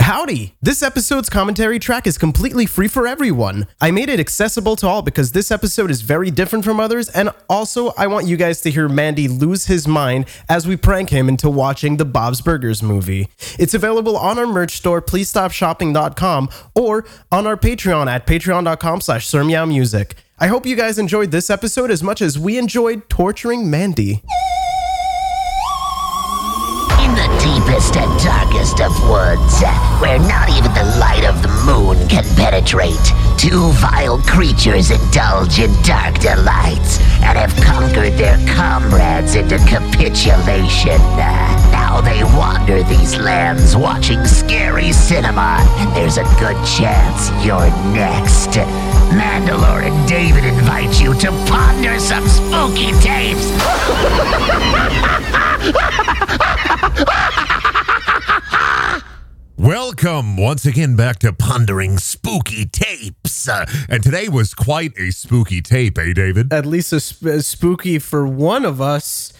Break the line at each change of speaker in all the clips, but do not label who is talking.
Howdy! This episode's commentary track is completely free for everyone. I made it accessible to all because this episode is very different from others, and also I want you guys to hear Mandy lose his mind as we prank him into watching the Bob's Burgers movie. It's available on our merch store, pleasestopshopping.com, or on our Patreon at patreon.com slash Music. I hope you guys enjoyed this episode as much as we enjoyed torturing Mandy.
In the deepest and darkest of woods, where not even the light of the moon can penetrate, two vile creatures indulge in dark delights and have conquered their comrades into capitulation. Now they wander these lands watching scary cinema, and there's a good chance you're next. Mandalore and David invite you to ponder some spooky tapes.
Welcome once again back to Pondering Spooky Tapes. Uh, and today was quite a spooky tape, eh, David?
at least a sp- a spooky for one of us.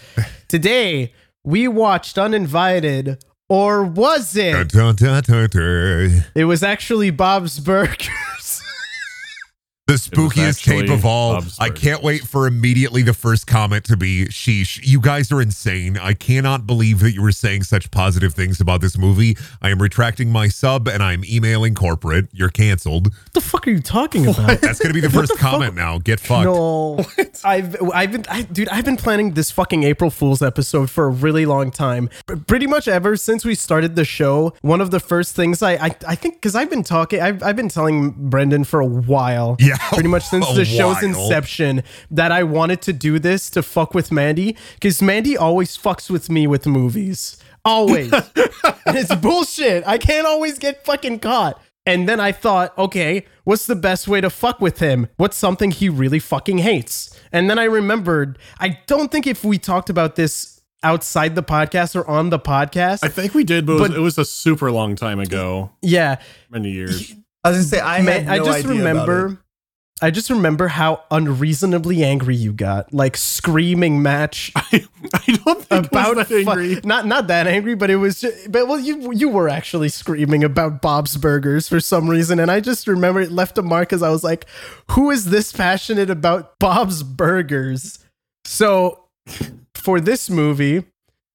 Today, we watched Uninvited, or was it?
Dun, dun, dun, dun.
It was actually Bob's Burgers.
The spookiest tape
actually
of all.
Bob's
I
Burgers.
can't wait for immediately the first comment to be sheesh. You guys are insane. I cannot believe that you were saying such positive things about this movie. I am retracting my sub and I'm emailing corporate. You're canceled.
what the fuck are you talking about?
That's going to be the first comment now. Get fucked.
No, I've I've been I, dude. I've been planning this fucking April Fool's episode for a really long time. P- pretty much ever since we started the show, one of the first things I I, I think because I've been talking, I've, I've been telling Brendan for a while.
Yeah,
pretty much since
a
the show's
while.
inception that I wanted to do this to fuck with Mandy because Mandy always fucks with me with movies. Always. and it's bullshit. I can't always get fucking caught. And then I thought, okay, what's the best way to fuck with him? What's something he really fucking hates? And then I remembered, I don't think if we talked about this outside the podcast or on the podcast.
I think we did, but, it was-
But-
it was a super long time ago,
yeah.
many years.
I was gonna say I
Man,
had
I
no
just
idea about it.
remember I just remember how unreasonably angry you got. Like screaming match
I don't think about
about
was that
fu-
angry.
not not that angry, but it was just, but well you you were actually screaming about Bob's Burgers for some reason, and I just remember it left a mark because I was like, who is this passionate about Bob's Burgers? So for this movie,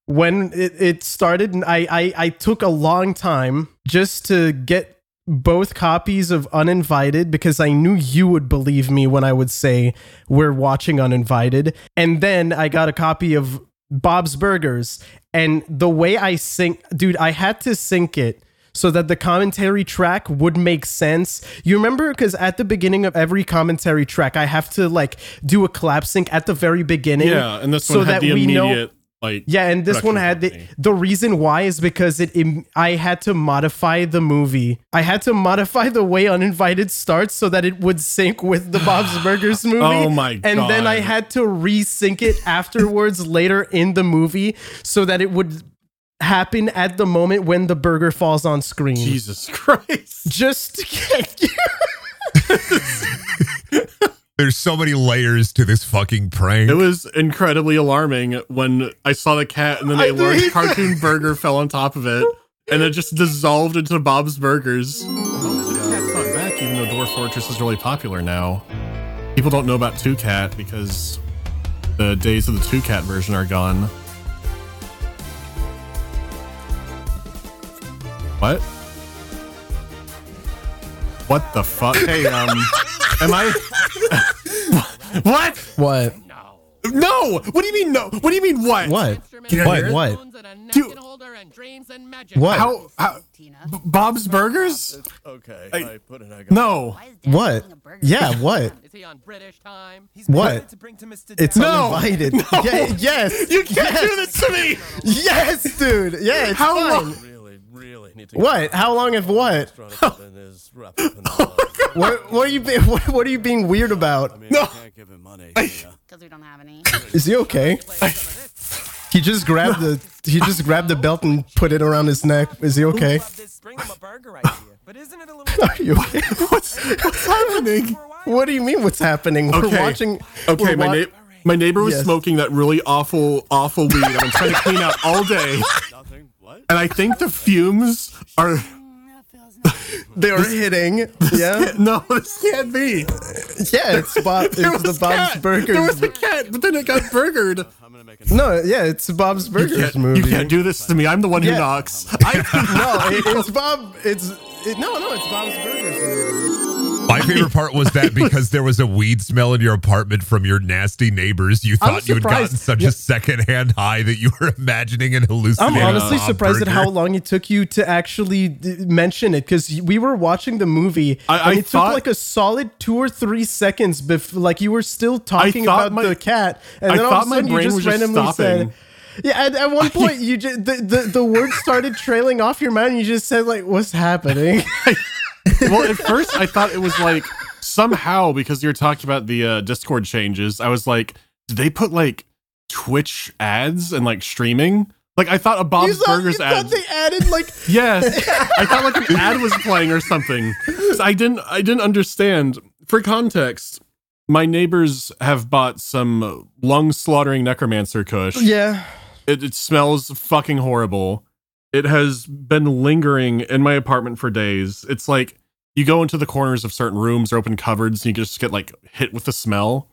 when it, it started, and I, I I took a long time just to get both copies of Uninvited because I knew you would believe me when I would say we're watching Uninvited, and then I got a copy of Bob's Burgers, and the way I sync, dude, I had to sync it so that the commentary track would make sense. You remember because at the beginning of every commentary track, I have to like do a clap sync at the very beginning.
Yeah, and this one had the
we
immediate
know-
like.
yeah, and this one had
production
the,
company.
the reason why is because it im- I had to modify the movie. I had to modify the way Uninvited starts so that it would sync with the Bob's Burgers movie.
Oh my
And then I
God.
had to resync it afterwards later in the movie so that it would happen at the moment when the burger falls on screen.
Jesus Christ!
Just to get you.
There's so many layers to this fucking prank.
It was incredibly alarming when I saw the cat, and then
I
a large
hate that.
cartoon burger fell on top of it, and it just dissolved into Bob's Burgers. Cat's not back, even though Dwarf Fortress is really popular now. People don't know about Two Cat because the days of the Two Cat version are gone. What? What the fuck? Hey, um, am I? what?
What?
No! What do you mean no? What do you mean what?
What?
What?
What?
Dude.
What?
How? how B- Bob's
Uh,
Burgers?
Okay,
I-
put it. I got
No.
What? Yeah, what?
Is he on British time?
What? It's
No.
uninvited. Ye- yes.
You can't
yes.
do this to me!
Yes, dude. Yeah, it's
How
fine.
long?
really, really need to.
What? How long have what? What? What are you? Be- what, what are you being weird about?
No.
Because we don't have any.
Is he okay? He just grabbed the. He just grabbed the belt and put it around his neck. Is he okay? Are you okay?
What's happening?
What do you mean? What's happening? We're
Okay.
watching.
Okay,
we're
my
wa-
neighbor. My neighbor was
Yes.
smoking that really awful, awful weed. I've been trying to clean out all day, and I think the fumes are
They are hitting. Yeah,
No, this can't be.
yeah. It's Bob. It's
There was
the Bob's
cat.
Burgers.
There was the cat, but then it got burgered.
no, yeah. It's Bob's Burgers
You can't,
movie.
you can't do this to me. I'm the one
Yeah.
who knocks.
no, it, it's Bob. It's it, no, no. It's Bob's Burgers. movie.
My favorite part was that because there was a weed smell in your apartment from your nasty neighbors, you
I'm
thought you had gotten
surprised-
such
Yeah.
a secondhand high that you were imagining and
I'm
hallucinating.
honestly
Bob
surprised at
Burger.
how long it took you to actually d- mention it because we were watching the movie
I- I
and it
thought-
took like a solid two or three seconds before, like you were still talking
thought
about
my-
the cat, and
I
then all
thought
of a
my
sudden you
brain
just
was just
randomly said.
stopping.
Yeah, at, at one point you just the, the the words started trailing off your mouth, and you just said like, "What's happening?"
well, at first I thought it was like somehow because you were talking about the uh, Discord changes. I was like, did they put like Twitch ads and like streaming? Like I thought a
you
Bob's
thought, you
Burgers ad.
thought they added like
Yes, I thought like an ad was playing or something. So I didn't. I didn't understand. For context, my neighbors have bought some lung slaughtering necromancer kush.
yeah.
It, it smells fucking horrible. It has been lingering in my apartment for days. It's like you go into the corners of certain rooms or open cupboards and you just get like hit with the smell.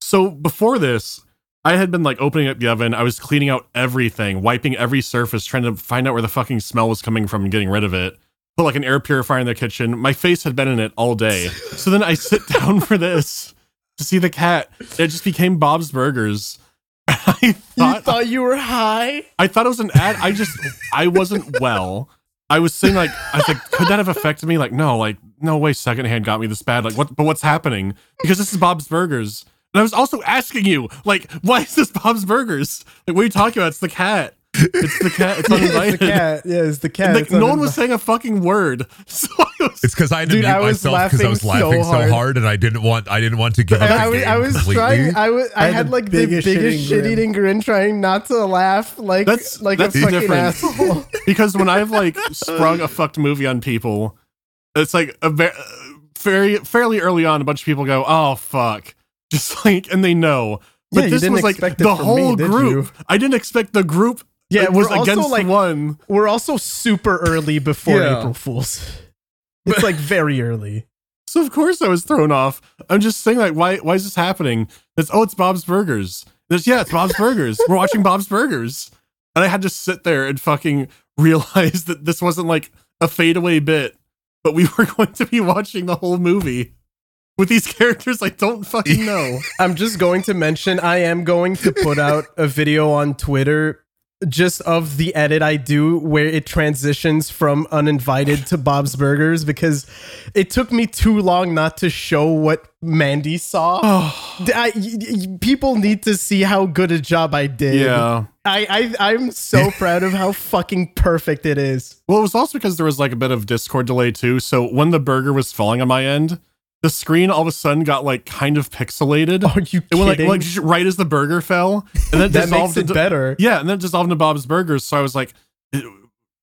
So before this, I had been like opening up the oven. I was cleaning out everything, wiping every surface, trying to find out where the fucking smell was coming from and getting rid of it. Put like an air purifier in the kitchen. My face had been in it all day. So then I sit down for this to see the cat. It just became Bob's Burgers. I
You
thought
thought you were high.
I thought it was an ad. I just I wasn't well. I was saying like I was like, could that have affected me? Like, no, like no way secondhand got me this bad. Like what but what's happening? Because this is Bob's Burgers. And I was also asking you, like, why is this Bob's Burgers? Like, what are you talking about? It's the cat. It's the cat. It's
it's the
uninvited.
cat. Yeah, it's the cat.
And, like,
It's
no one
uninvi-
was saying a fucking word. So I was,
It's because I had to
Dude,
mute
I was
myself because I was
laughing so
laughing so hard.
hard.
and I didn't want I didn't want to give up.
I
the
was,
game
I was
completely.
trying. I was. I,
I had
had
the
like the biggest,
biggest shitting
shit
grin.
eating grin, trying not to laugh like
That's-
like
that's
a fucking
different.
asshole.
because when I've like sprung a fucked movie on people, it's like a ve- uh, very fairly early on, a bunch of people go, "Oh fuck," just like, and they know. But
Yeah, you
this
didn't
was like
expect it
the
from
whole
me, did
group. I didn't expect the group.
Yeah,
that was
we're also,
against
like-
one.
We're also super early before
Yeah.
April Fools. It's like very early.
So of course I was thrown off. I'm just saying, like, why? Why is this happening? It's oh, it's Bob's Burgers. There's yeah, it's Bob's Burgers. We're watching Bob's Burgers, and I had to sit there and fucking realize that this wasn't like a fadeaway bit, but we were going to be watching the whole movie with these characters I don't fucking know.
I'm just going to mention. I am going to put out a video on Twitter just of the edit I do where it transitions from uninvited to Bob's Burgers because it took me too long not to show what Mandy saw. D- I- y- y- people need to see how good a job I did.
yeah.
I, I I'm so proud of how fucking perfect it is.
Well, it was also because there was like a bit of Discord delay too. So when the burger was falling on my end, the screen all of a sudden got like kind of pixelated.
Are you
It went like,
kidding?
like sh- right as the burger fell, and then
that makes
dissolved
it
into,
better.
Yeah, and then it dissolved into Bob's Burgers. So I was like, "I-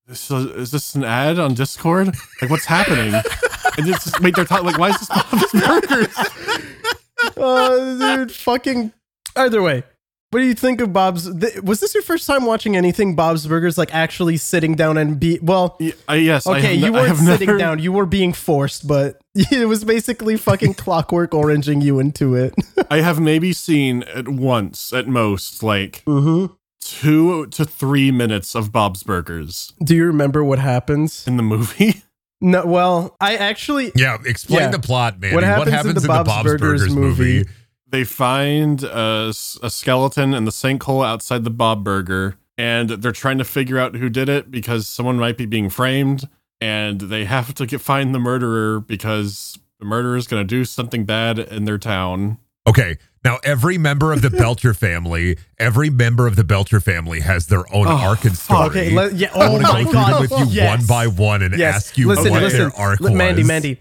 this is, is this an ad on Discord? Like, what's happening? and it's just wait, they're talking like, why is this Bob's Burgers?
Oh, dude, fucking. Either way, what do you think of Bob's? Th- was this your first time watching anything Bob's Burgers? Like actually sitting down and be well.
Y- I- yes, I
Okay,
have
you
ne- I
weren't
have
sitting
never-
down. You were being forced, but it was basically fucking clockwork oranging you into it.
I have maybe seen at once, at most, like
Mm-hmm.
two to three minutes of Bob's Burgers
Do you remember what happens?
in the movie.
No. Well, I actually.
Yeah, explain
Yeah.
the plot, man.
What happens in the Bob's Burgers movie?
They find a, s- a skeleton in the sinkhole outside the Bob Burger, and they're trying to figure out who did it because someone might be being framed, and they have to get, find the murderer because the murderer is going to do something bad in their town.
Okay, now every member of the Belcher family, every member of the Belcher family has their own arc and story.
Oh, Okay. Let, yeah.
I
Oh
want to
my
go through them
god.
with you
yes.
one by one and ask you what their arc
Li-
was.
Mandy, Mandy,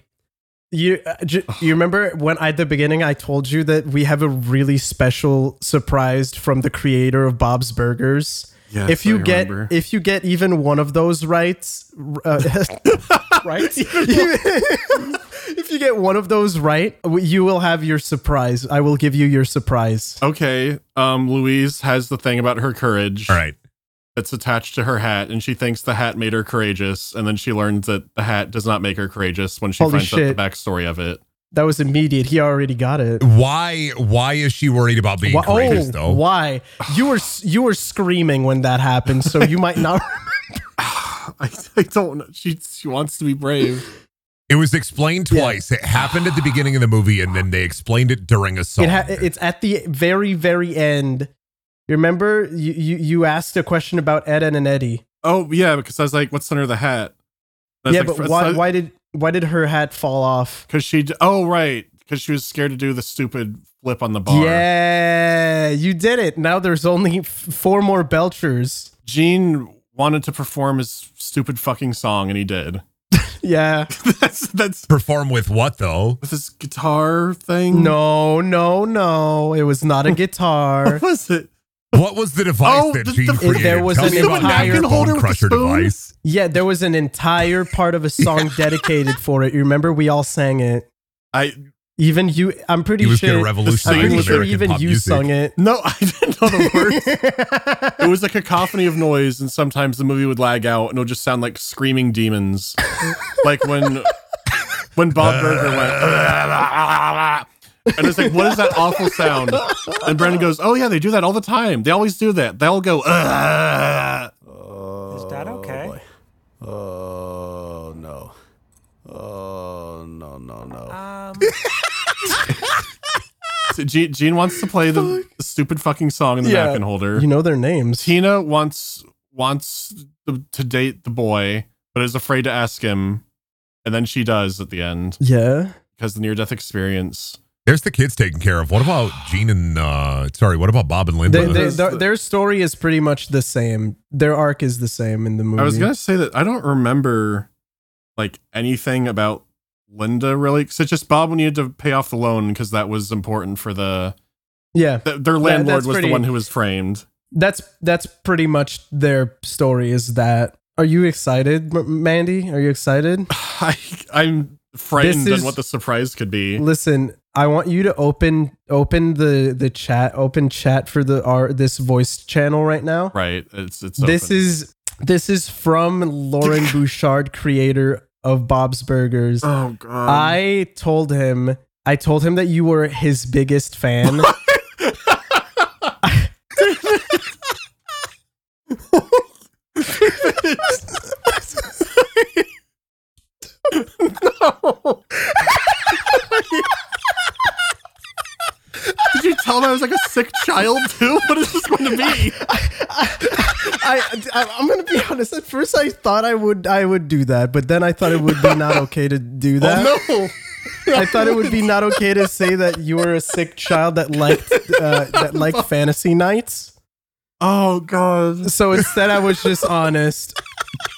you uh, j- you remember when at the beginning I told you that we have a really special surprise from the creator of Bob's Burgers.
Yes,
if you
I
get
remember.
if you get even one of those rights, r- uh, right? if you get one of those right, w- you will have your surprise. I will give you your surprise.
Okay, um, Louise has the thing about her courage.
All right.
that's attached to her hat, and she thinks the hat made her courageous, and then she learns that the hat does not make her courageous when she
Holy
finds out
shit.
the backstory of it.
That was immediate. He already got it.
Why? Why is she worried about being
Why-
courageous though?
oh, why? You were you were screaming when that happened, so you might not.
I, I don't know. She she wants to be brave.
It was explained
Yeah.
twice. It happened at the beginning of the movie, and then they explained it during a song.
It ha- it's at the very very end. You remember you, you you asked a question about Ed and Eddie.
Oh yeah, because I was like, what's under the hat? And I was
yeah,
like,
but
"Fr-
why
it's not-
why did why did her hat fall off?
Because she, d- oh right, because she was scared to do the stupid flip on the bar.
Yeah, you did it. Now there's only f- four more Belchers.
Gene wanted to perform his stupid fucking song, and he did.
Yeah.
that's that's
Perform with what though?
with his guitar thing.
No, no, no. It was not a guitar.
what was it?
What was the device
Oh,
that
the-
Gene
the-
created?
There was
Tell
an
me about
entire-
your
Napkin
bone
holder with a
crusher
spoon?
device.
yeah, there was an entire part of a song dedicated for it. You remember we all sang it.
I
Even you I'm pretty
He was
sure
going to revolutionize
pretty sure
American
even
pop
you
music.
sung it.
no, I didn't know the words. it was a cacophony of noise, and sometimes the movie would lag out, and it would just sound like screaming demons, like when when Bob Berger went. And it's like, what is that awful sound? And Brendan goes, "Oh yeah, they do that all the time. They always do that. They all go." "Ugh."
Is that okay?
Oh no. Oh no no no.
Um,
So Gene, Gene wants to play the stupid fucking song in the
Yeah.
napkin holder.
You know their names.
Tina wants wants to, to date the boy, but is afraid to ask him, and then she does at the end
yeah.
because the near death experience.
There's the kids taken care of. What about Gene and uh sorry, what about Bob and
They,
Linda?
they,
Because
their,
the-
their story is pretty much the same. Their arc is the same in the movie.
I was gonna say that I don't remember like anything about Linda really, because it's just Bob needed to pay off the loan because that was important for the
yeah,
th- their
that's
landlord was
pretty-
the one who was framed.
that's that's pretty much their story. Is that? Are you excited, M- Mandy? Are you excited?
I, I'm frightened
This
on
is-
what the surprise could be.
Listen, I want you to open open the the chat, open chat for the our this voice channel right now.
Right? It's it's
This
open.
is this is from Lauren Bouchard, creator of Bob's Burgers.
oh god.
I told him I told him that you were his biggest fan.
Did you tell him I was like a sick child too? What is this going to be?
I, I I'm gonna be honest. At first, I thought I would I would do that, but then I thought it would be not okay to do that.
Oh, no.
I thought it would be not okay to say that you were a sick child that liked uh, that liked fantasy nights.
Oh god.
So instead, I was just honest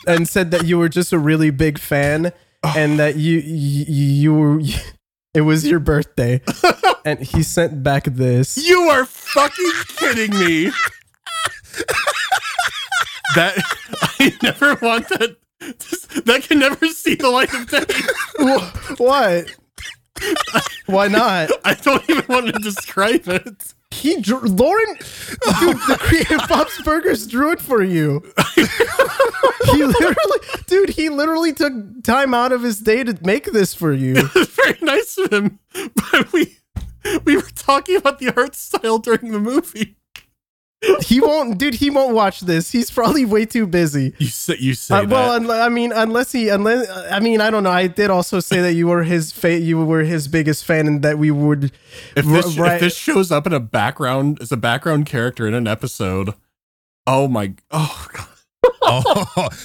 and said that you were just a really big fan and that you you, you were. It was your birthday, and he sent back this.
You are fucking kidding me. that I never want that. That can never see the light of day.
Wh- What? Why not?
I don't even want to describe it.
He drew Lauren, dude. The creative Bob's Burgers drew it for you. he literally, dude. He literally took time out of his day to make this for you.
It's very nice of him, but we we were talking about the art style during the movie.
He won't, dude. He won't watch this. He's probably way too busy.
You say you say
Uh, well, unle- I mean, unless he, unless I mean, I don't know. I did also say that you were his, fa- you were his biggest fan, and that we would.
if this,
right-
if this shows up in a background as a background character in an episode, oh my, oh god.
oh,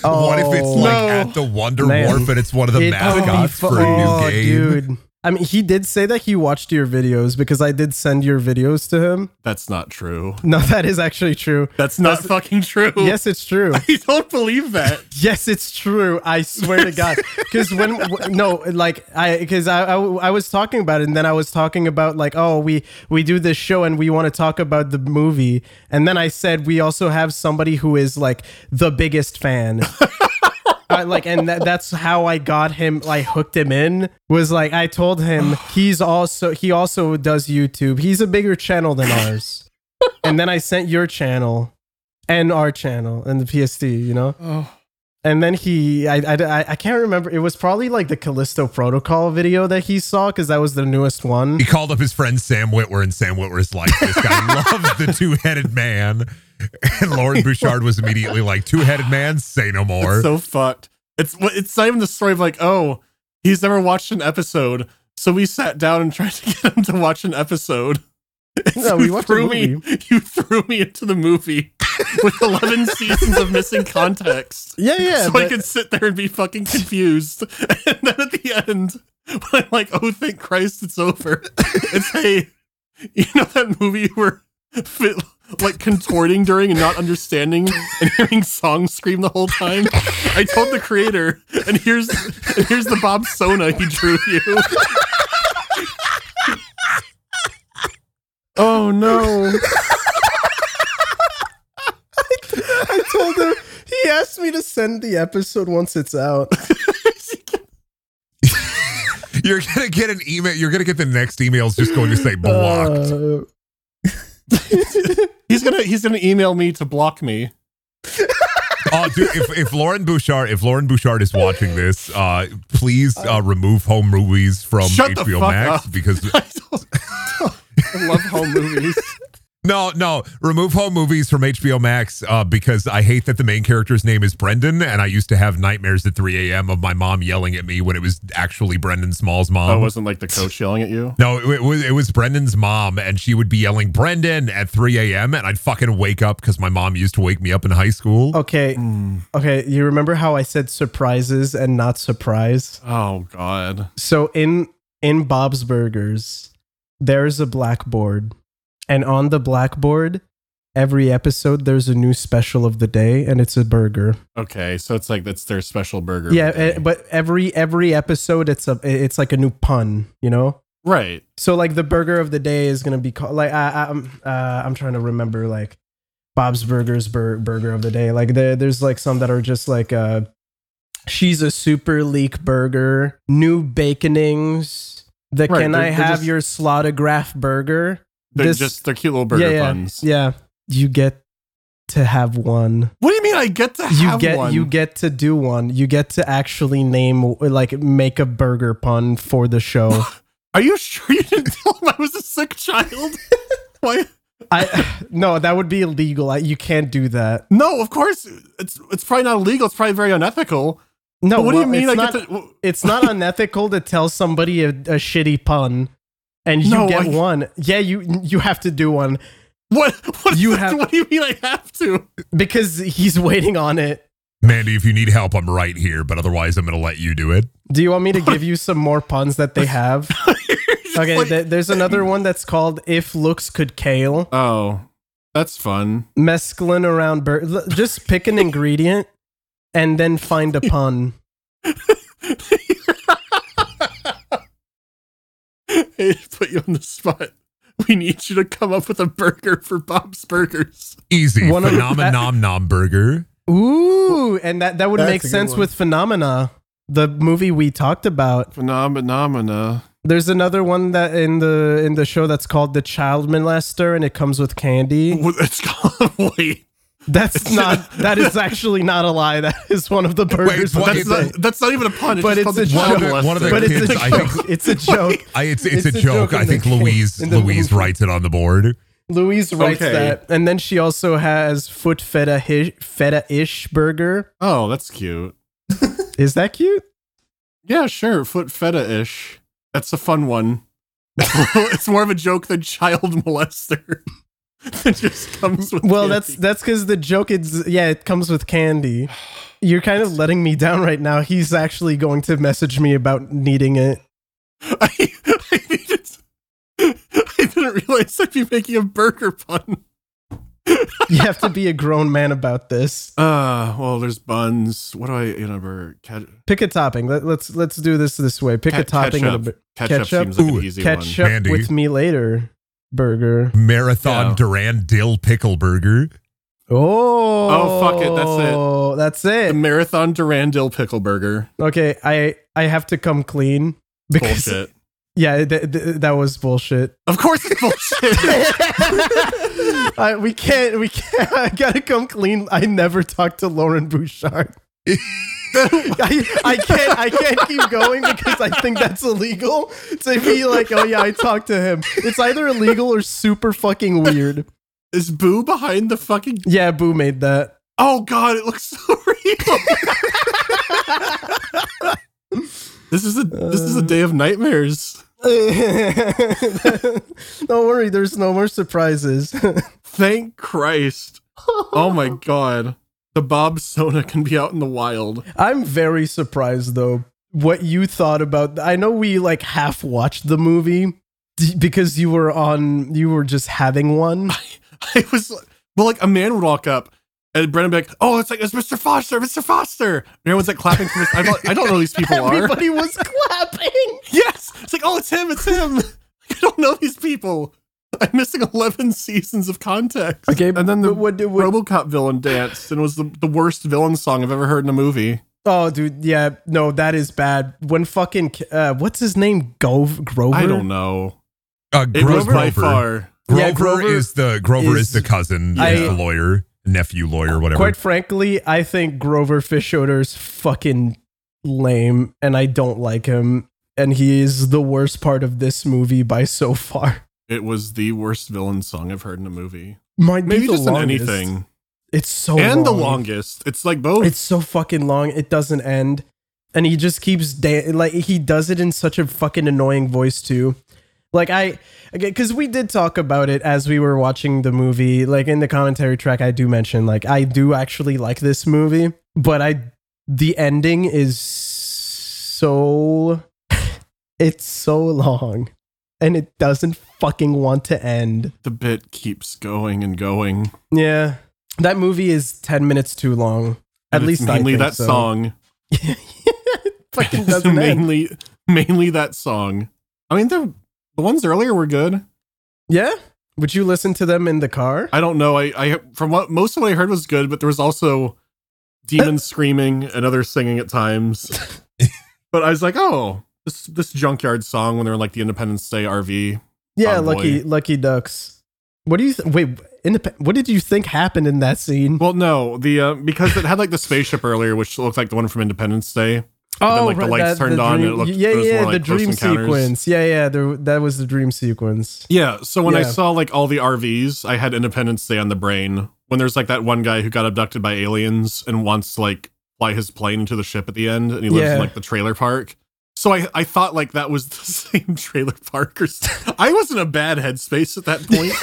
what if
Oh,
it's like
No.
at the Wonder
Man.
Wharf and it's one of the
It would be
mascots
fu-
for a
oh,
new game?
dude. I mean, he did say that he watched your videos because I did send your videos to him.
That's not true.
No, that is actually true.
That's not fucking true.
Yes, it's true.
I don't believe that.
Yes, it's true. I swear to God. Because when w- no, like I because I, I w- I was talking about it, and then I was talking about like oh we we do this show and we want to talk about the movie, and then I said we also have somebody who is like the biggest fan. I, like and that, that's how I got him. I hooked him in. Was like I told him he's also he also does YouTube. He's a bigger channel than ours. and then I sent your channel. and our channel and the PST, you know?
Oh.
And then he, I, I, I- I can't remember. It was probably like the Callisto Protocol video that he saw because that was the newest one.
He called up his friend Sam Whitwer, and Sam Whitwer's like, "This guy loves the two-headed man." And Lauren Bouchard was immediately like, two-headed man, say no more.
It's so fucked. It's it's not even the story of like, oh, he's never watched an episode, so we sat down and tried to get him to watch an episode. And
No,
so
we
you
watched a
threw me. You threw me into the movie with eleven seasons of missing context,
Yeah, yeah.
so I
but-
could sit there and be fucking confused. And then at the end, when I'm like, oh, thank Christ, it's over. It's hey, you know that movie where fit, like contorting during and not understanding and hearing songs scream the whole time. I told the creator, and here's and here's the Bob Sona he drew you. oh no!
I told him he asked me to send the episode once it's out.
You're gonna get an email. You're gonna get the next emails just going to say blocked.
Uh,
He's gonna he's gonna email me to block me.
oh, dude, if, if Lauren Bouchard, if Lauren Bouchard is watching this, uh, please uh, remove home movies from
Shut the
HBO
fuck
Max
up.
because
I, don't- I love home movies.
no, no, remove home movies from HBO Max uh, because I hate that the main character's name is Brendan, and I used to have nightmares at 3 a.m. of my mom yelling at me when it was actually Brendan Small's mom.
Um,
Oh, it wasn't like the coach yelling at you.
No, it, it was it was Brendan's mom, and she would be yelling Brendan at 3 a.m. and I'd fucking wake up because my mom used to wake me up in high school.
okay,
Hmm.
okay. You remember how I said surprises and not surprise?
Oh god.
So in in Bob's Burgers, there's a blackboard, and on the blackboard, every episode there's a new special of the day, and it's a burger.
Okay, so it's like that's their special burger.
Yeah,
of the
eh,
day.
but every every episode it's a it's like a new pun, you know.
right.
So like the burger of the day is gonna be called like I, I- I'm uh, I'm trying to remember like Bob's Burgers bur- burger of the day. Like there there's like some that are just like uh, she's a super leak burger, new baconings. The
Right,
can
they're-
I
they're
have
just-
your slotograph burger?
They're
This-
just they're cute little burger
yeah, yeah,
buns.
Yeah, you get to have one.
What do you mean I get to
You
have
get
one?
you get to do one. You get to actually name like make a burger pun for the show.
Are you sure you didn't tell him I was a sick child? Why?
I no, that would be illegal. I, you can't do that.
No, of course it's it's probably not illegal. It's probably very unethical.
No,
But what do you
well,
mean
It's
I
not,
get to? w-
it's not unethical to tell somebody a, a shitty pun, and you
No,
get
I-
one. Yeah, you you have to do one
What? What, is
You
that-
have-
what do you mean I have to?
because he's waiting on it.
Mandy, if you need help, I'm right here, but otherwise I'm gonna let you do it.
Do you want me to give you some more puns that they have? Okay,
Like-
th- there's another one that's called "If Looks Could Kale."
oh, that's fun.
Mescaline around bur- l- just pick an ingredient and then find a pun.
Hey, to put you on the spot. We need you to come up with a burger for Bob's Burgers.
Easy.
One of-
Phenomenon nom nom burger.
Ooh, and that that would
That's
make
a good
sense
one.
with Phenomena, the movie we talked about.
Phenomena.
There's another one that in the in the show that's called the child molester, and it comes with candy.
What- It's called wait.
That's not that is actually not a lie. That is one of the burgers.
what
that
is
they
that?
say.
That's not even a pun. It's
But
just called
it's
the
a
child
joke. One of the-
But
molester.
it's a
Kids, I think-
joke. It's a joke.
I, it's it's,
It's
a,
a
joke.
joke in
I
the
think
game-
Louise
in the
Louise
movie.
writes it on the board.
Louise writes
Okay.
that, and then she also has foot feta hi- feta ish burger.
oh, that's cute.
Is that cute?
Yeah, sure. Foot feta ish. That's a fun one. it's more of a joke than child molester. it just comes with.
Well,
candy.
that's that's because the joke is yeah, it comes with candy. You're kind of letting me down right now. He's actually going to message me about needing it.
I, I, needed, I didn't realize I'd be making a burger pun.
You have to be a grown man about this.
Uh, well, there's buns. What do I, you know, bur- cat,
Pick a topping. Let, let's let's do this this way. Pick a
cat-
topping and a bu-
ketchup.
ketchup?
seems like
Ooh,
an easy
ketchup
Mandy.
with me later burger.
Marathon
Yeah.
Duran Dill Pickle Burger.
Oh,
Oh, fuck it. That's it.
That's
one. The
it.
Marathon Duran Dill Pickle Burger.
Okay, I I have to come clean because
Bullshit.
yeah, th- th- that was bullshit.
Of course it's bullshit.
I, we can't. We can't. I gotta come clean. I never talked to Lauren Bouchard. I, I can't. I can't keep going because I think that's illegal to be like, oh yeah, I talked to him. It's either illegal or super fucking weird.
Is Boo behind the fucking?
Yeah, Boo made that.
Oh god, it looks so real. this is a this is a day of nightmares.
Don't worry, there's no more surprises.
Thank Christ. Oh my god. The Bob Sona can be out in the wild.
I'm very surprised though what you thought about. I know we like half watched the movie d- because you were on. You were just having one.
I was well, like a man would walk up and Brendan be like, "Oh, it's like it's Mr. Foster, Mr. Foster." And everyone's like clapping for. Mr. I don't, I don't know who these people are.
Everybody was clapping.
Yes, it's like, oh, it's him, it's him. I don't know these people. I'm missing eleven seasons of context.
Okay,
and then the
but what do- what-
RoboCop villain danced and was the, the worst villain song I've ever heard in a movie.
Oh, dude, yeah, no, that is bad. When fucking uh, what's his name, Gove Grover?
I don't know.
Uh,
It
Grover,
was by far.
Grover,
Yeah, Grover
is the Grover is,
is-
the cousin,
I-
is the lawyer, nephew, lawyer, whatever.
Quite frankly, I think Grover Fishoder's fucking lame, and I don't like him. And he is the worst part of this movie by so far.
It was the worst villain song I've heard in a movie.
Might be
Maybe
the
just in
longest.
anything.
It's so
and the
long.
longest. It's like both.
It's so fucking long. It doesn't end, and he just keeps da- like he does it in such a fucking annoying voice too. Like I, because we did talk about it as we were watching the movie. Like in the commentary track, I do mention like I do actually like this movie, but I the ending is so it's so long, and it doesn't fucking want to end.
the bit keeps going and going.
Yeah, that movie is ten minutes too long. At
And it's
least I
mainly
think
that
so.
song.
fucking
It's
doesn't end.
mainly mainly that song. I mean, the the ones earlier were good.
Yeah. Would you listen to them in the car?
I don't know. I, I from what most of what I heard was good, but there was also demons screaming and other singing at times. but I was like, oh, this this junkyard song when they were in like the Independence Day RV.
yeah,
Convoy.
Lucky Lucky Ducks. What do you th- wait? Indep- what did you think happened in that scene?
Well, no, the uh, because it had like the spaceship earlier, which looked like the one from Independence Day. but then, like, the lights
Oh, that-
turned on and it
dream-
looked-
yeah,
it was
yeah,
more
the
like Close
dream
Encounters.
sequence. Yeah, yeah, there, that was the dream sequence.
Yeah. So when I
Yeah.
saw like all the RVs, I had Independence Day on the brain. When there's like that one guy who got abducted by aliens and wants to like fly his plane into the ship at the end, and he lives
Yeah.
in like the trailer park. So I, I thought like that was the same trailer park or st- I was in a bad headspace at that point.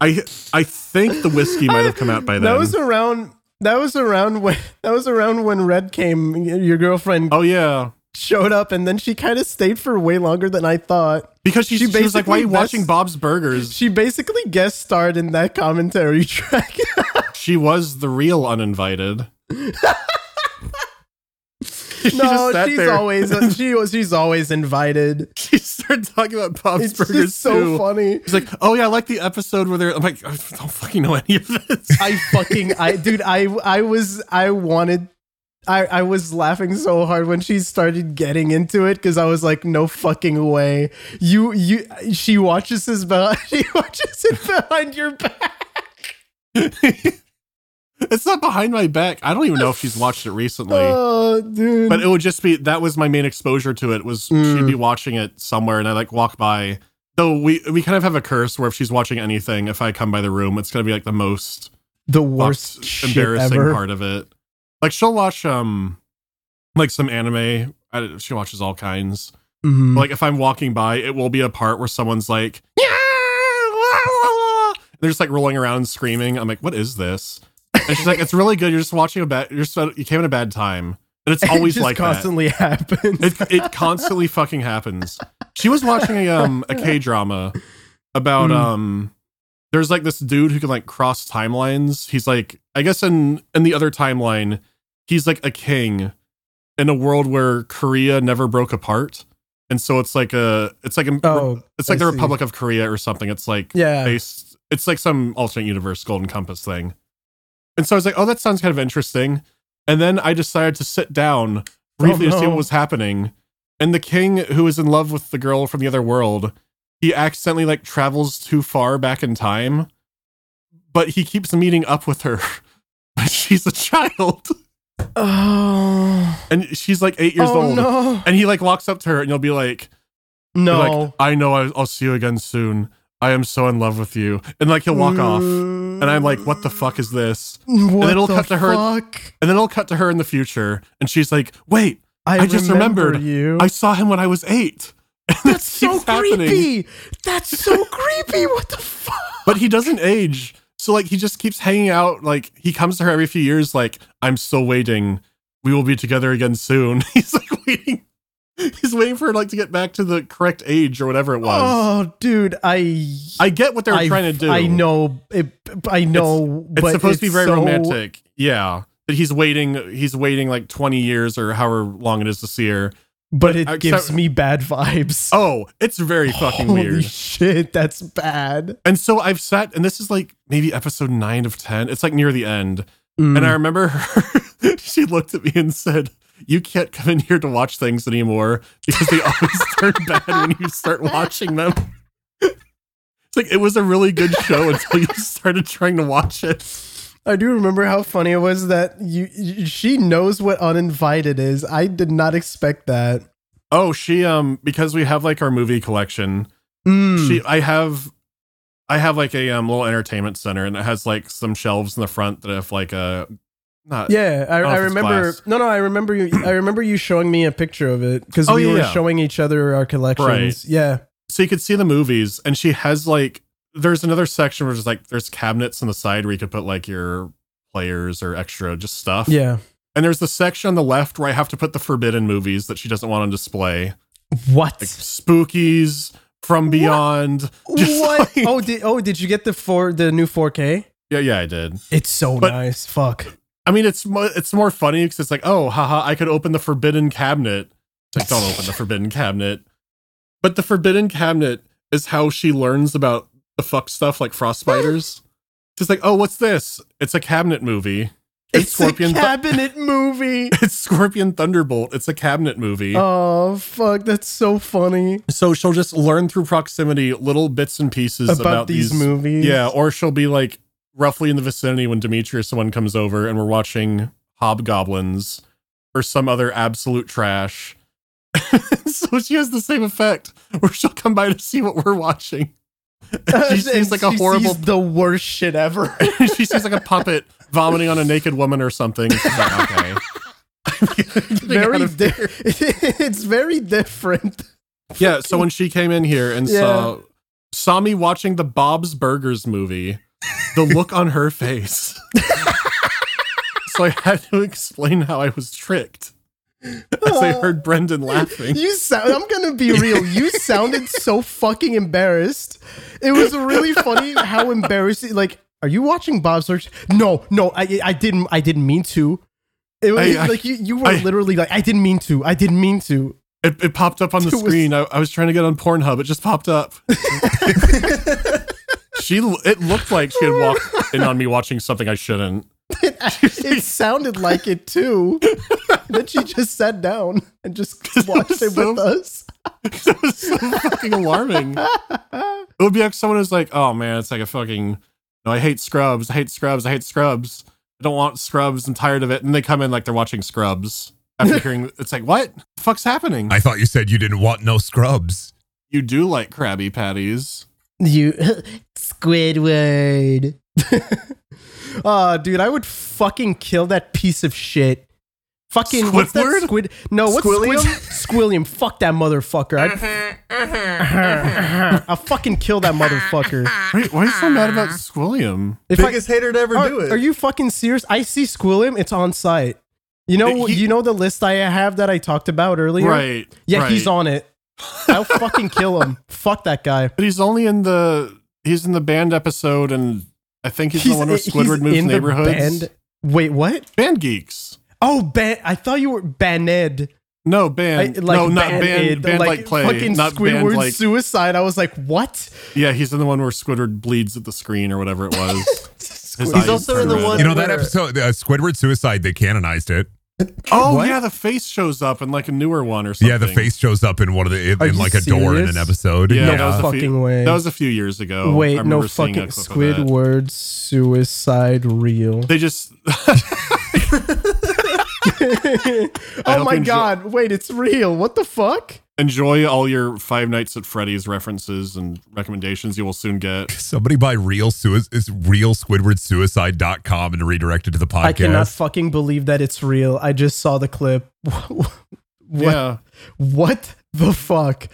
I I think the whiskey might have come out by then.
That was around. That was around when that was around when Red came. Your girlfriend
oh yeah.
showed up, and then she kind of stayed for way longer than I thought.
Because she,
She
she, was like, Why are you
basically-
watching Bob's Burgers?
She basically guest starred in that commentary track.
She was the real uninvited. She
no,
just sat
she's
there.
always uh, she was she's always invited.
she started talking about Bob's
It's
Burgers
just so
too.
funny.
She's like, "Oh yeah, I like the episode where they're." I'm like, "I don't fucking know any of this."
I fucking I dude I I was I wanted I I was laughing so hard when she started getting into it cuz I was like no fucking way. You you she watches this behind she watches it behind your back.
it's not behind my back. I don't even know if she's watched it recently,
Oh dude.
but it would just be that was my main exposure to it. Was
Mm.
she'd be watching it somewhere, and I like walk by. Though we we kind of have a curse where if she's watching anything, if I come by the room, it's gonna be like the most
the
worst,
worst shit
embarrassing
ever.
part of it. Like she'll watch um, like some anime. I, don't- she watches all kinds.
Mhm.
Like if I'm walking by, it will be a part where someone's like, "Yeah, la, la, la." they're just like rolling around and screaming. I'm like, what is this? And she's like, it's really good. You're just watching a bad. You're so, you came at a bad time, and it's
It
always
just
like
constantly happens.
that. It it constantly fucking happens. She was watching a um a K drama about
Mm.
um. There's like this dude who can like cross timelines. He's like, I guess in in the other timeline, he's like a king in a world where Korea never broke apart. And so it's like a it's like a
oh
it's like
I
the
see.
Republic of Korea or something. It's like
yeah.
based it's like some alternate universe golden compass thing. And so I was like, oh, that sounds kind of interesting. And then I decided to sit down briefly to see
Oh, no.
what was happening. And the king who is in love with the girl from the other world he accidentally like travels too far back in time, but he keeps meeting up with her. But she's a child,
Oh,
and she's like eight years
oh
old.
no.
And he like walks up to her, and you'll be like,
No.
You're Like, I know I, I'll see you again soon. I am so in love with you. And like he'll walk off. And
And
I'm like, what the fuck is this?
What
it'll
the
cut to her-
fuck?
And then it'll cut to her in the future. And she's like, wait,
I,
I just
remember
remembered.
you.
I saw him when I was eight. And
That's so creepy. That's so creepy. What the fuck?
But he doesn't age. So like he just keeps hanging out. Like he comes to her every few years, like, I'm still waiting. We will be together again soon. He's like waiting. He's waiting for her like to get back to the correct age or whatever it was.
Oh, dude, I.
I get what they were trying to do.
I know. It, I know.
It's
but
supposed to be
it's
very
so-
romantic. Yeah. That he's waiting he's waiting like 20 years or however long it is to see her.
but it
Except-
gives me bad vibes.
Oh, it's very fucking
Holy
weird.
shit, that's bad.
and so I've sat and this is like maybe episode 9 of 10. It's like near the end.
Mm.
And I remember her she looked at me and said, "You can't come in here to watch things anymore because they always turn bad when you start watching them." It's like it was a really good show until you started trying to watch it.
I do remember how funny it was that you, you- she knows what uninvited is. I did not expect that.
Oh, she um because we have like our movie collection.
Mm.
She I have I have like a um, little entertainment center and it has like some shelves in the front that have like a not
yeah, I,
don't know
I
if it's
remember.
glass.
No, no, I remember you. I remember you showing me a picture of it because
Oh,
we
yeah,
were
yeah.
showing each other our collections.
Right.
Yeah.
so you could see the movies and she has like there's another section where there's like there's cabinets on the side where you could put like your players or extra just stuff.
Yeah.
And there's the section on the left where I have to put the forbidden movies that she doesn't want on display. Like
What?
spookies from beyond. Just
What?
like-
oh, did oh did you get the four the new 4K?
yeah, yeah, I did.
It's so
But-
nice. Fuck.
I mean, it's mo- it's more funny because it's like, oh, haha, I could open the forbidden cabinet. It's Like, don't open the forbidden cabinet. But the forbidden cabinet is how she learns about the fuck stuff like frost spiders. She's like, oh, what's this? It's a cabinet movie. It's,
It's a
Scorpion. Thu-
cabinet movie.
it's Scorpion Thunderbolt. It's a cabinet movie.
Oh fuck, that's so funny
so she'll just learn through proximity little bits and pieces
about,
about,
these, movies.
Yeah, or she'll be like roughly in the vicinity when Dimitri or someone comes over and we're watching Hobgoblins or some other absolute trash. so she has the same effect where she'll come by to see what we're watching. And she sees like a
she
horrible
sees the worst shit ever.
she sees like a puppet vomiting on a naked woman or something. She's like, okay.
very di- it's very different.
Yeah, so when she came in here and saw saw me watching the Bob's Burgers movie, the look on her face. so I had to explain how I was tricked. As I heard Brendan laughing.
You sound I'm gonna be real. You sounded so fucking embarrassed. It was really funny how embarrassing like are you watching Bob Search? No, no, I I didn't I didn't mean to. It was
I- I-
like you, you were
I-
literally like I didn't mean to. I didn't mean to.
It, it popped up on the
It was-
screen. I, I was trying to get on Pornhub. It just popped up. she it looked like she had walked in on me watching something I shouldn't.
it sounded like it too. then she just sat down and just watched it
So-
with us.
it was so fucking alarming. It would be like someone who's like, "Oh man, it's like a fucking no. I hate Scrubs. I hate Scrubs. I hate Scrubs. I don't want Scrubs. I'm tired of it." And they come in like they're watching Scrubs after hearing. It's like, what the fuck's happening?
I thought you said you didn't want no scrubs.
you do like Krabby Patties.
You Squidward. Oh, dude, I would fucking kill that piece of shit. Fucking what's that
Squidward?
squid? No, what's Squilliam? Squilliam. Fuck that motherfucker. I'd, I'll fucking kill that motherfucker.
Wait, why are you so mad
Uh-uh.
about Squilliam?
If I,
Biggest hater to ever
are,
do it.
are you fucking serious? I see Squilliam. It's on site. You know,
He-
you know the list I have that I talked about earlier.
Right.
Yeah,
right.
he's on it. I'll fucking kill him. Fuck that guy.
But he's only in the he's in the band episode, and I think he's, the one where
he's
Squidward moves
in the
neighborhoods.
band- Wait, what?
Band geeks.
Oh, ban. I thought you were banned.
No
I,
band,
like
no not band,
Band-Aid,
band like, play,
Fucking
not
Squidward
band like
suicide. I was like, what?
Yeah, he's in the one where Squidward bleeds at the screen or whatever it was.
He's also in the one-
You know that
Where-
episode, uh, Squidward Suicide, they canonized it.
Oh yeah, the face shows up in like a newer one or something.
Yeah, the face shows up in one of the in,
Are
in
you
like a door in an
serious?
episode.
Yeah,
No
that was a few,
fucking way.
That was a few years ago. Oh, I
Wait, no
remember seeing
fucking
a clip of that.
Squidward suicide reel.
They just
oh
hope
my
you enjoy-
god! Wait, it's real. What the fuck?
enjoy all your Five Nights at Freddy's references and recommendations you will soon get.
Somebody buy real sui- is real squidwardsuicide.com and redirect it to the podcast.
I cannot fucking believe that it's real. I just saw the clip. what?
Yeah,
What the fuck?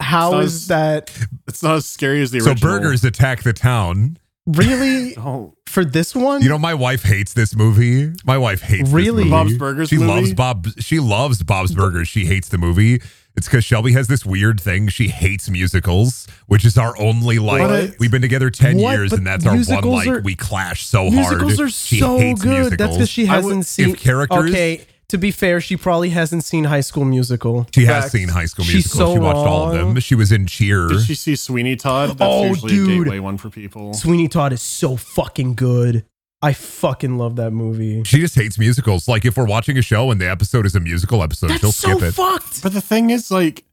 How
Sounds-
is that
it's not as scary as the
so
original.
burgers attack the town.
really
Oh,
for this one?
You know, my wife hates this movie. My wife hates this
Really?
movie.
Bob's Burgers
She
movie?
loves Bob. She loves Bob's Burgers. She hates the movie. It's because Shelby has this weird thing. She hates musicals, which is our only like.
What?
We've been together ten
uh, What?
years,
But
and that's our one
musicals
like.
are-
we clash so
musicals
hard.
are
she
so
hates
good. That's because
musicals.
she
I
hasn't
would-
seen
if characters.
Okay, to be fair, she probably hasn't seen High School Musical.
She has
Facts.
seen High School
She's
Musical.
so
she watched all of them.
wrong.
She was in Cheer.
did she see Sweeney Todd? That's
Oh,
usually a
dude.
gateway one for
Oh.
people.
Sweeney Todd is so fucking good. I fucking love that movie.
She just hates musicals. Like if we're watching a show and the episode is a musical episode, she'll
That's so
skip it.
fucked.
But the thing is, like,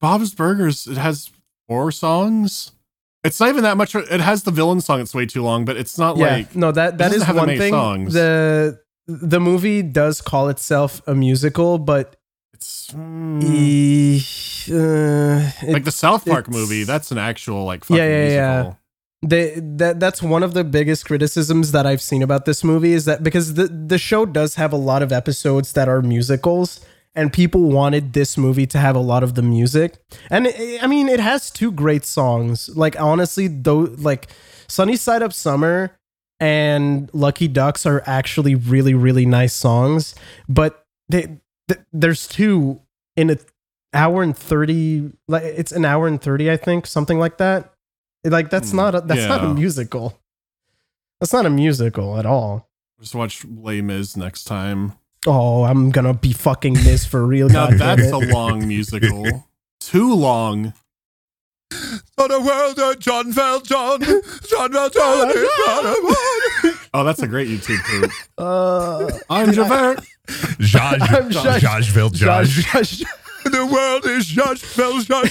Bob's Burgers, it has four songs. It's not even that much. It has the villain song. It's way too long, but it's not
yeah,
like
no, that that
doesn't
is
have that
one
many
thing.
songs.
The the movie does call itself a musical, but
it's mm,
eh, uh, it-
like the South Park
it's-
movie. That's an actual like
Yeah,
fucking
yeah, yeah.
musical.
they, that that's one of the biggest criticisms that I've seen about this movie is that because the the show does have a lot of episodes that are musicals and people wanted this movie to have a lot of the music and it, I mean it has two great songs like honestly though like Sunny Side Up Summer and Lucky Ducks are actually really really nice songs but they, th- there's two in a hour and 30 like it's an hour and 30 I think something like that like that's
Hmm,
not a, that's not
yeah.
a musical. That's not a musical at all.
Just watch Les Mis next time.
Oh, I'm gonna be fucking this for real.
Now
God
that's
it.
a long musical. Too long.
On a world that John felt John, John felt John is not a world.
Oh, that's a great YouTube poop.
Uh,
I'm Javert.
Josh,
I'm
Josh,
Josh.
Josh felt Josh.
Josh, Josh,
The world is Josh felt Josh.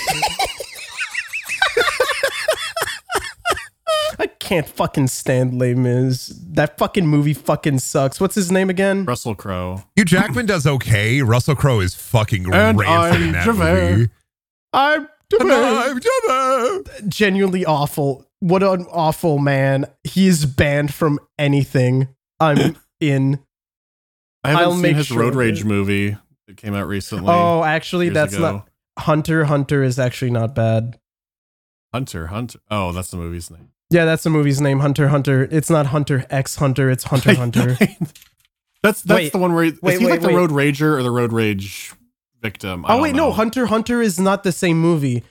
I can't fucking stand Les Mis. That fucking movie fucking sucks. What's his name again?
Russell Crowe.
Hugh Jackman does okay. Russell Crowe is fucking
And
rancid in
I'm
that
Javert.
movie.
I'm
And I'm Javert.
genuinely awful. What an awful man. He is banned from anything. I'm in.
I haven't
I'll
seen
make
his
sure
Road
of
Rage
it.
movie that came out recently.
Oh, actually,
years
that's
ago.
not Hunter. Hunter is actually not bad.
Hunter. Hunter. Oh, that's the movie's name.
Yeah, that's the movie's name, Hunter Hunter. It's not Hunter X Hunter, it's Hunter Hunter.
That's that's
Wait,
the one where is
wait,
he
wait,
like the
wait.
road rager or the road rage victim? I
Oh
don't
wait,
know.
no, Hunter Hunter is not the same movie.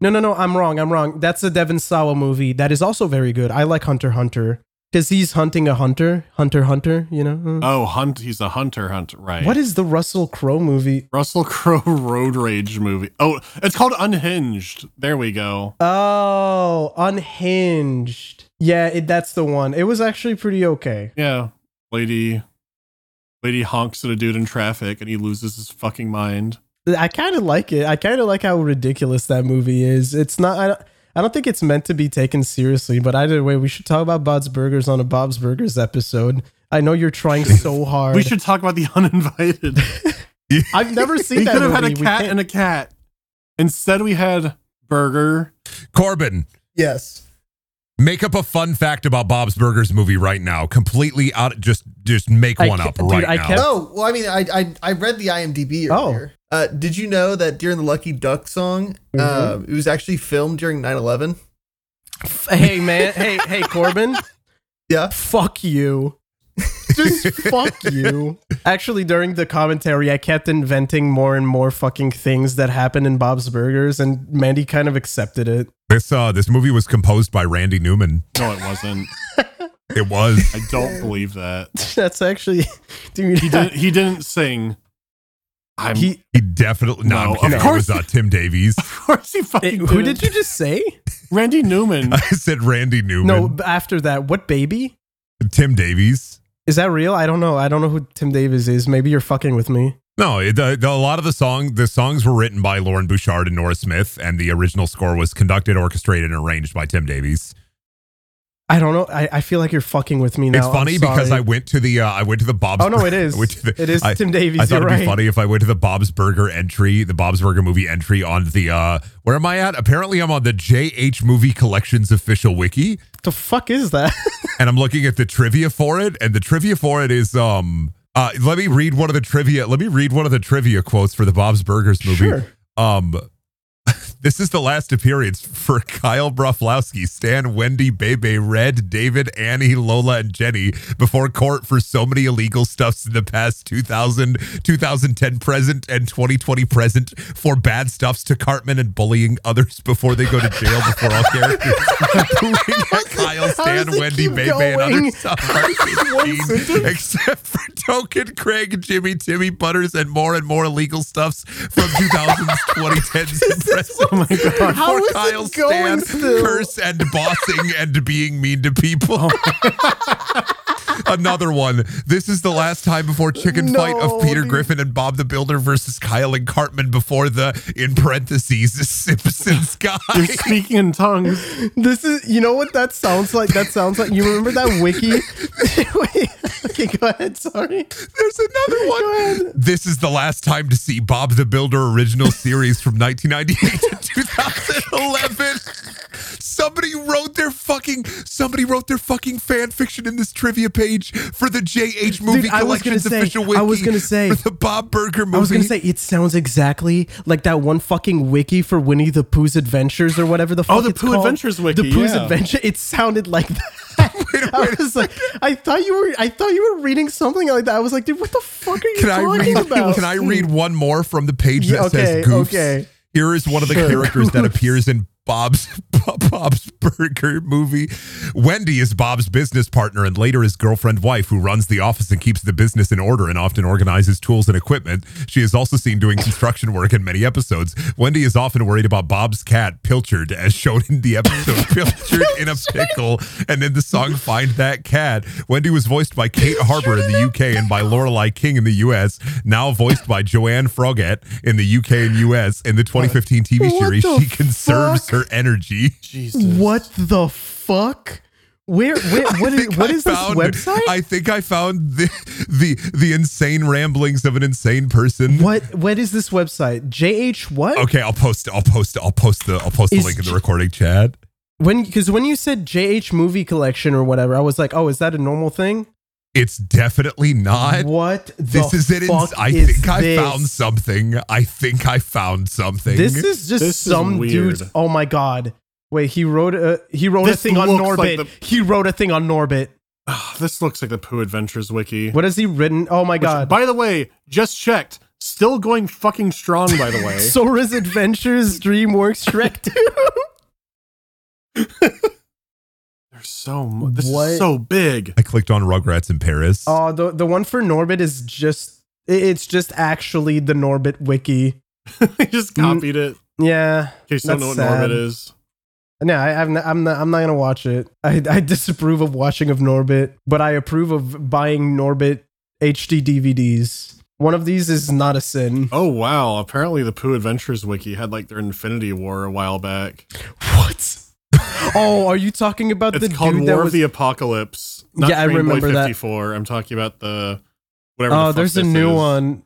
No, no, no, I'm wrong. I'm wrong. That's a Devin Sawa movie that is also very good. I like Hunter Hunter because he's hunting a hunter, Hunter Hunter. You know.
Oh, hunt. He's a hunter. Hunt. Right.
What is the Russell Crowe movie?
Russell Crowe road rage movie? Oh, it's called Unhinged. There we go.
Oh, Unhinged. Yeah, it, that's the one. It was actually pretty okay.
Yeah, lady. Lady honks at a dude in traffic and he loses his fucking mind.
I kind of like it. I kind of like how ridiculous that movie is. It's not. I don't, I don't think it's meant to be taken seriously. But either way, we should talk about Bob's Burgers on a Bob's Burgers episode. I know you're trying so hard.
We should talk about the uninvited.
I've never seen
we
that
could have
movie.
had a
We
cat
can't-
and a cat. Instead, we had burger.
Corbin.
yes.
Make up a fun fact about Bob's Burgers movie right now. Completely out. Just, just make
I
one
ca-
up
dude,
right
I
now.
kept-
Oh, well, I mean, I I, I read the IMDb
Oh. Mm-hmm.
earlier. Uh, did you know that during the Lucky Duck song, uh, it was actually filmed during 9 11?
Hey man. Hey hey Corbin.
Yeah.
Fuck you. Just fuck you. Actually, during the commentary, I kept inventing more and more fucking things that happened in Bob's Burgers, and Mandy kind of accepted it.
This, uh, this movie was composed by Randy Newman.
No, it wasn't.
It was.
I don't believe that.
That's actually, dude.
He didn't. He didn't sing. I'm,
He-
He definitely. No,
No,
I'm kidding.
of
it was uh, Tim Davies.
of course, he
It-
fucking.
who
didn't.
did you just say?
Randy Newman.
I said Randy Newman.
No, b- after that, what baby?
Tim Davies.
Is that real? I don't know. I don't know who Tim Davies is. Maybe you're fucking with me.
No, it- the, the, a lot of the song the songs were written by Lauren Bouchard and Nora Smith, and the original score was conducted, orchestrated, and arranged by Tim Davies.
I don't know. I, I feel like you're fucking with me now.
it's
I'm
funny because I
sorry.
went to the uh, I went to the Bob's.
Oh, no, it is.
I went to
It is
I-
Tim Davies,
I thought
you're
it'd be
right.
funny if I went to the Bob's Burger entry, the Bob's Burger movie entry on the uh, where am I at? Apparently, I'm on the JH Movie Collections official wiki,
the fuck is that?
and I'm looking at the trivia for it, and the trivia for it is um. Uh, let me read one of the trivia. Let me read one of the trivia quotes for the Bob's Burgers movie.
Sure.
Um, this is the last appearance for Kyle Broflowski, Stan, Wendy, Bebe, Red, David, Annie, Lola, and Jenny before court for so many illegal stuffs in the past 2000, 2010 present, and 2020 present for bad stuffs to Cartman and bullying others before they go to jail before all characters. Booing at Kyle, Stan,
does it
Wendy,
keep
Bebe, and other
going?
stuff are 15, except for Token, Craig, Jimmy, Timmy, Butters, and more and more illegal stuffs from 2000s, 2010s, and present.
Oh God. How
For
is it
Kyle
going
Stan,
still?
curse and bossing and being mean to people.
Oh.
Another one. This is the last time before chicken fight of
No,
Peter
dude.
Griffin and Bob the Builder versus Kyle and Cartman before the in parentheses Simpsons guy.
You're speaking in tongues.
This is, you know what that sounds like? That sounds like, you remember that wiki? Wait, okay, go ahead. Sorry.
There's another one. This is the last time to see Bob the Builder original series from 1998 to 2011. Somebody wrote their fucking somebody wrote their fucking fan fiction in this trivia page for the JH movie
Dude, I was gonna
collection's
say-
official wiki.
I was gonna say-
for the Bob Burger movie.
I was gonna say it sounds exactly like that one fucking wiki for Winnie the Pooh's Adventures or whatever Oh, the fuck.
the
it's
Pooh
called.
Adventures wiki,
The Pooh's
yeah.
Adventure. It sounded like that. I was like, I thought you were. I thought you were reading something like that. I was like, dude, what the fuck are you
Can I
talking
read?
about?
Can I read one more from the page that
Yeah,
says
okay,
Goofs?
okay.
Here is one of the
Sure.
characters that appears in Bob's Bob's Burger movie. Wendy is Bob's business partner and later his girlfriend wife who runs the office and keeps the business in order and often organizes tools and equipment. She is also seen doing construction work in many episodes. Wendy is often worried about Bob's cat Pilchard as shown in the episode Pilchard in a pickle and in the song Find That Cat. Wendy was voiced by Kate Harbour in the UK and by Lorelei King in the US, now voiced by Joanne Froggatt in the UK and US in the 2015 TV
What
series.
the
She conserves her energy.
What the fuck? Where? where what
I think
is? What
I
is this
found-
website?
I think I found the, the the insane ramblings of an insane person.
what? What is this website? JH what?
Okay, I'll post. I'll post. I'll post the. I'll post the
Is
link in the
J-
recording chat.
When? Because when you said JH movie collection or whatever, I was like, oh, is that a normal thing?
It's definitely not.
what? The
This is it.
Fuck
I
is
think I
this?
found something. I think I found something.
This is just
This is
some
weird.
dudes. Oh my god! Wait, he wrote a he wrote
This
a thing on
looks
Norbit.
like
he wrote a thing on Norbit.
Ah, this looks like the Pooh Adventures wiki.
What has he written? Oh my god!
By the way, just checked. Still going fucking strong. By the way,
Sora's Adventures, DreamWorks, Shrek 2.
there's so mu- this is
What?
so big.
I clicked on Rugrats in Paris.
Oh, the the one for Norbit is just it- it's just actually the Norbit wiki.
I just copied it.
Yeah.
Mm, In case you don't know what
That's
Norbit
sad.
is.
No, I, I'm not, I'm not. I'm not gonna watch it. I, I disapprove of watching of Norbit, but I approve of buying Norbit HD DVDs. One of these is not a sin.
Oh wow! Apparently, the Pooh Adventures wiki had like their Infinity War a while back.
What? oh, are you talking about
It's
the
called
dude
War
that
of
was?
the Apocalypse. Not
Yeah, I
Train Boy
remember that.
54. I'm talking about the whatever. the
oh,
fuck
there's a
this
new
is.
one.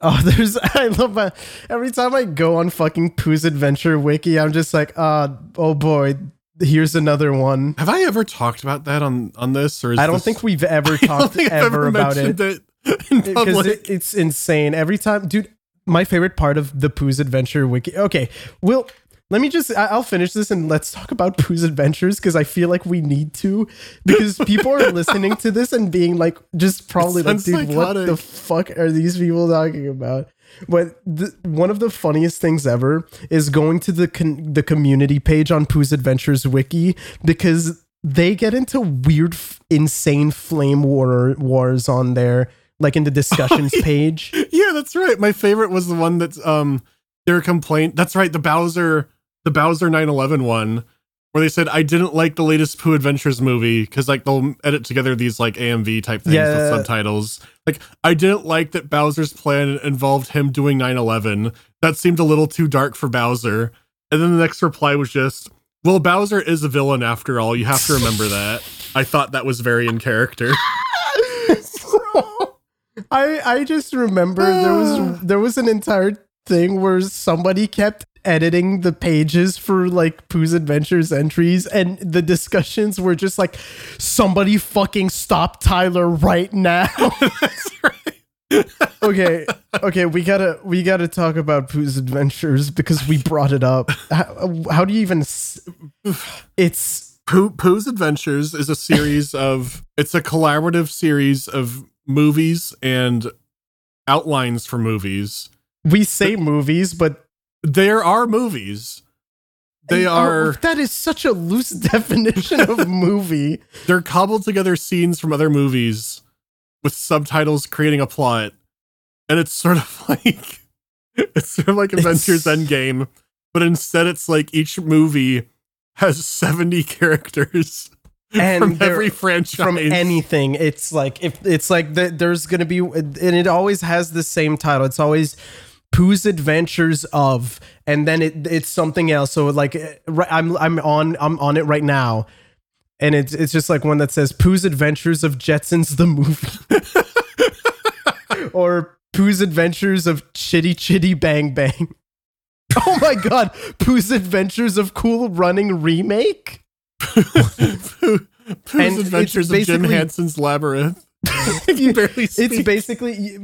Oh, there's. I love my. Every time I go on fucking Pooh's Adventure Wiki, I'm just like, ah, oh boy, here's another one.
Have I ever talked about that on on this? Or is
I don't
this-
think we've ever
I don't
talked
think I've
ever about it.
mentioned it in
because
public.
it, it's insane every time dude my favorite part of the pooh's adventure wiki okay we'll let me just I- i'll finish this and let's talk about pooh's adventures because i feel like we need to because people are listening to this and being like just probably like
sounds
dude what the
psychotic.
fuck are these people talking about but the, one of the funniest things ever is going to the con- the community page on Pooh's Adventures wiki because they get into weird, f- insane flame war wars on there, like in the discussions page.
Oh, yeah, that's right. My favorite was the one that's um their complaint. That's right, the Bowser, the Bowser 911 one, where they said I didn't like the latest Pooh Adventures movie because like they'll edit together these like AMV type things
Yeah.
with subtitles. Like I didn't like that Bowser's plan involved him doing 9/11. That seemed a little too dark for Bowser. And then the next reply was just, "Well, Bowser is a villain after all. You have to remember that." I thought that was very in character.
I I just remember there was there was an entire thing where somebody kept editing the pages for like Pooh's Adventures entries and the discussions were just like somebody fucking stop Tyler right now. okay, okay, we got to we got to talk about Pooh's Adventures because we brought it up. How, how do you even s- It's
Pooh, Pooh's Adventures is a series of it's a collaborative series of movies and outlines for movies.
we say movies but
There are movies. They
Oh,
are
that is such a loose definition of movie.
they're cobbled together scenes from other movies with subtitles creating a plot. And it's sort of like it's sort of like
It's-
Adventures Endgame, but instead it's like each movie has 70 characters
And
from
they're-
every franchise.
from anything. It's like if it's like the, there's gonna be, and it always has the same title. It's always Pooh's Adventures of, and then it it's something else. So like eh, right- I'm I'm on I'm on it right now, and it's it's just like one that says Pooh's Adventures of Jetsons the movie, or Pooh's Adventures of Chitty Chitty Bang Bang. Oh my god, Pooh's Adventures of Cool Running remake.
Pooh-
And
Pooh's
it's
Adventures of Jim
basically-
Hansen's Labyrinth. You barely
It's
speak.
basically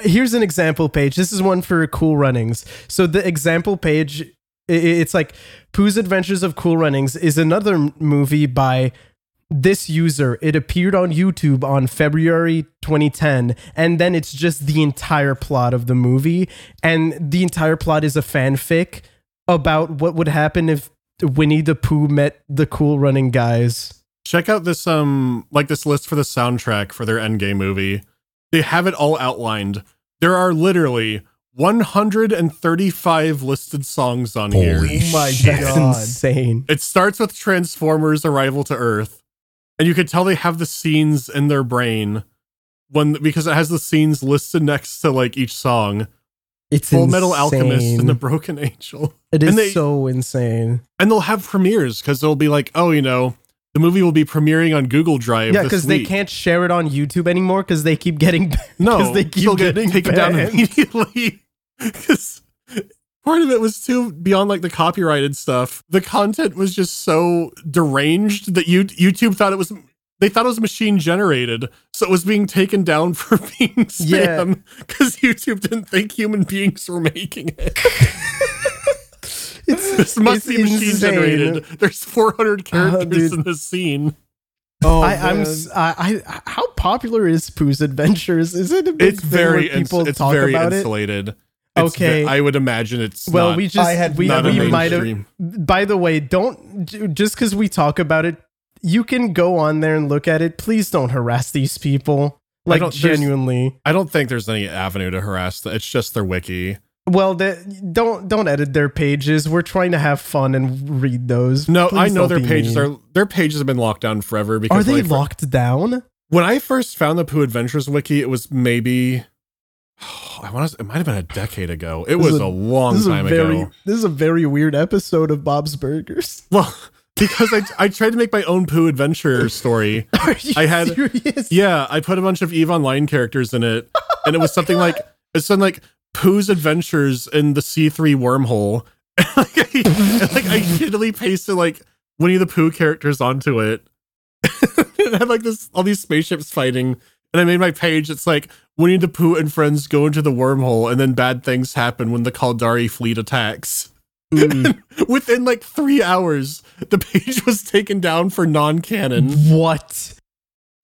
here's an example page. This is one for Cool Runnings. So the example page, i- i- it's like Pooh's Adventures of Cool Runnings is another m- movie by this user. It appeared on YouTube on February 2010, and then it's just the entire plot of the movie, and the entire plot is a fanfic about what would happen if Winnie the Pooh met the Cool Running guys.
Check out this um like this list for the soundtrack for their Endgame movie. They have it all outlined. There are literally 135 listed songs on
Holy
here.
Oh my
shit.
god, that's insane.
It starts with Transformers Arrival to Earth. And you can tell they have the scenes in their brain when because it has the scenes listed next to like each song.
It's
Full Metal Alchemist
insane.
and the Broken Angel.
It is
And they-
so insane.
and they'll have premieres because they'll be like, oh, you know, the movie will be premiering on Google Drive.
Yeah,
because
because they can't share it on YouTube anymore because they keep getting
No,
'cause they keep
they'll
getting
taken down
banned.
immediately. Because part of it was too beyond like the copyrighted stuff. The content was just so deranged that you YouTube thought it was. They thought it was machine generated, so it was being taken down for being
Yeah.
spam because YouTube didn't think human beings were making it. this
it's
must be machine
insane. Uh,
generated. There's 400 characters
dude.
in this scene.
Oh, I, I'm s- I, I- how popular is Pooh's Adventures? Is it a big
it's
thing
very
where people
ins- it's
talk
very
about it?
insulated. It's ve-
Okay.
I would imagine it's
Well,
not-
we just
I had
we,
not
a
we might have.
mainstream.
By the way, don't j- just because we talk about it, you can go on there and look at it. Please don't harass these people.
I
Like
don't- there's-
genuinely.
I don't think there's any avenue to harass. That it's just their wiki.
Well, the, don't don't edit their pages. We're trying to have fun and read those.
No, I
Please
know
don't
their
be
pages
mean.
are their pages have been locked down forever because
Are they
like,
locked down?
when I first found the Pooh Adventures wiki, it was maybe I want to. It might have been a decade ago. It
This is
was
a-
a, long time
very,
ago.
This is a very weird episode of Bob's Burgers.
Well, because I I tried to make my own Pooh adventure story.
Are you
I had-
serious?
Yeah, I put a bunch of Eve Online characters in it, and it was something like it's something like Pooh's Adventures in the C three wormhole. like, I, and, like I shittily pasted like Winnie the Pooh characters onto it. it had like this all these spaceships fighting, and I made my page. It's like Winnie the Pooh and friends go into the wormhole, and then bad things happen when the Kaldari fleet attacks. Within like three hours, the page was taken down for non-canon.
What?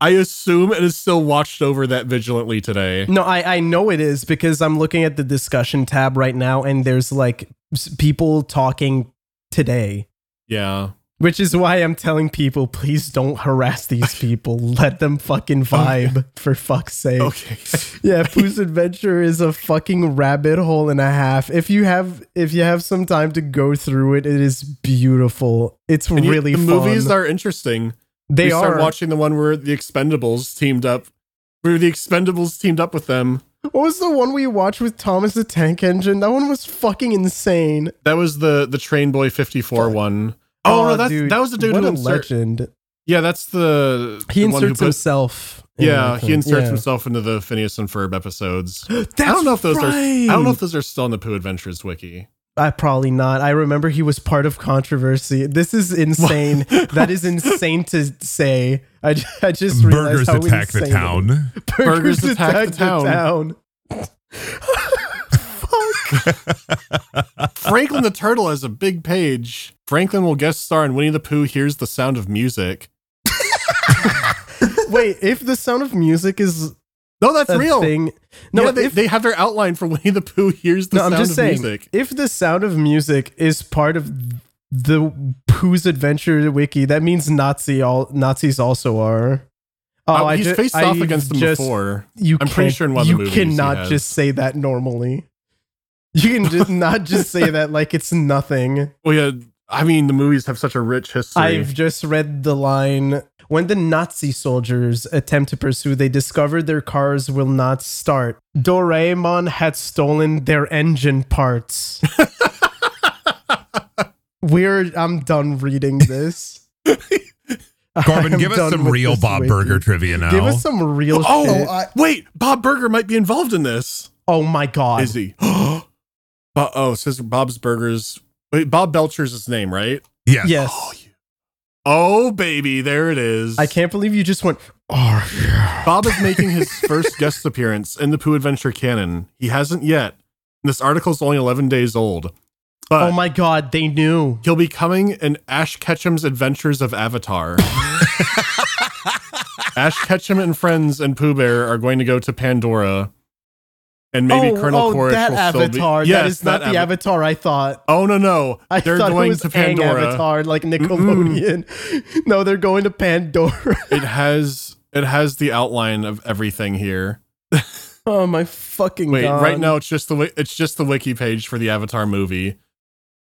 I assume it is still watched over that vigilantly today.
No, I, I know it is because I'm looking at the discussion tab right now and there's like s- people talking today.
Yeah.
Which is why I'm telling people, please don't harass these people. Let them fucking vibe, for fuck's sake.
Okay.
Yeah, Pooh's Adventure is a fucking rabbit hole and a half. If you have if you have some time to go through it, it is beautiful. It's
And yet
really
the
fun.
movies are interesting.
they
we
are
started watching the one where the Expendables teamed up. Where the Expendables teamed up with them.
What was the one we watched with Thomas the Tank Engine? That one was fucking insane.
That was the the Train Boy 54 one. Oh, no, that's, that was the dude
what
who
a
insert,
legend.
Yeah, that's the
He
the one who
inserts
put-
himself. in
Yeah,
that
he
thing.
inserts
Yeah.
himself into the Phineas and Ferb episodes.
That's
I don't know if those
right.
are. I don't know if those are still in the Pooh Adventures wiki.
I probably not. I remember he was part of controversy. This is insane. that is insane to say. I, ju- I just
Burgers
realized how
attack the
insane it is.
town.
Burgers attack the town. Franklin the Turtle has a big page. Franklin will guest star in Winnie the Pooh. Here's the sound of music.
Wait, if the sound of music is
No, that's
a
real.
thing,
No,
no,
they,
if,
they have their outline for Winnie the Pooh. Here's the
no,
sound
I'm just
of
saying,
music.
if the sound of music is part of the Pooh's Adventure wiki, that means Nazi all Nazis also are. Oh,
Uh,
I
he's
ju-
faced off
I've
against them
just-
before.
You
I'm pretty
can't-
sure in one of the
you
movies he
cannot
has.
just say that normally. You can just not just say that like it's nothing.
Well, yeah, I mean the movies have such a rich history.
I've just read the line when the Nazi soldiers attempt to pursue, they discover their cars will not start. Doraemon had stolen their engine parts. Weird. I'm done reading this.
Corbin,
I'm
give us
done
some
with
real
this
Bob
wiki.
Burger trivia now.
Give us some real
Oh,
shit.
I- wait, Bob Burger might be involved in this.
oh my god.
Is he? Bo- oh, it says Bob's Burgers. Wait, Bob Belcher's his name, right?
yes.
Yes.
Oh, baby, there it is.
I can't believe you just went. Oh yeah.
Bob is making his first guest appearance in the Pooh Adventure canon. He hasn't yet. This article's only 11 days old. But
Oh my god. They knew.
he'll be coming in Ash Ketchum's Adventures of Avatar. Ash Ketchum and friends and Pooh Bear are going to go to Pandora. And maybe
oh,
Colonel
oh,
Corrish
that
will
avatar.
still be. Yes,
that is not
that
the
ava-
avatar I thought.
Oh, no, no.
I
They're
thought
going
it was
to
Aang
Pandora. Mm-hmm.
Avatar, like Nickelodeon. No, they're going to Pandora.
it has it has the outline of everything here.
oh my fucking
Wait,
god!
right now it's just the wi- it's just the wiki page for the Avatar movie,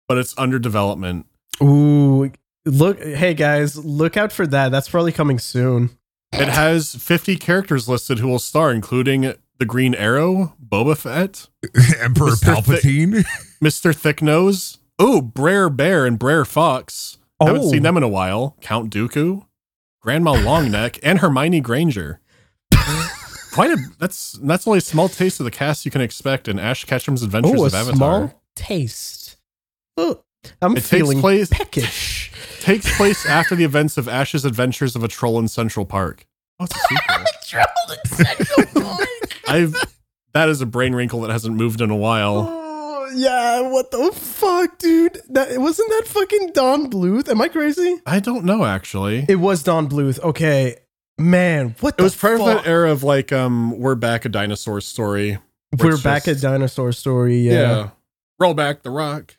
but it's under development.
Ooh, look! Hey guys, look out for that. That's probably coming soon.
It has 50 characters listed who will star, including the Green Arrow, Boba Fett,
Emperor
Mr.
Palpatine.
Mister Thick Nose, oh Brer Bear and Brer Fox. Haven't
Oh.
seen them in a while. Count Dooku, Grandma Longneck, and Hermione Granger. Quite a that's that's only a small taste of the cast you can expect in Ash Ketchum's Adventures
Oh, a
of Avatar.
small taste. Oh, I'm
It takes
feeling
place-
peckish.
takes place after the events of Ash's adventures of a troll in Central Park. Oh, it's a sequel. I've that is a brain wrinkle that hasn't moved in a while.
Oh, yeah, what the fuck, dude? That wasn't that fucking Don Bluth. Am I crazy?
I don't know actually. It,
It was Don Bluth. Okay, man, what? the
was part
fuck?
of that era of like um we're back a dinosaur story.
We're
It's
back at
just-
Dinosaur Story. Yeah.
Roll back the rock.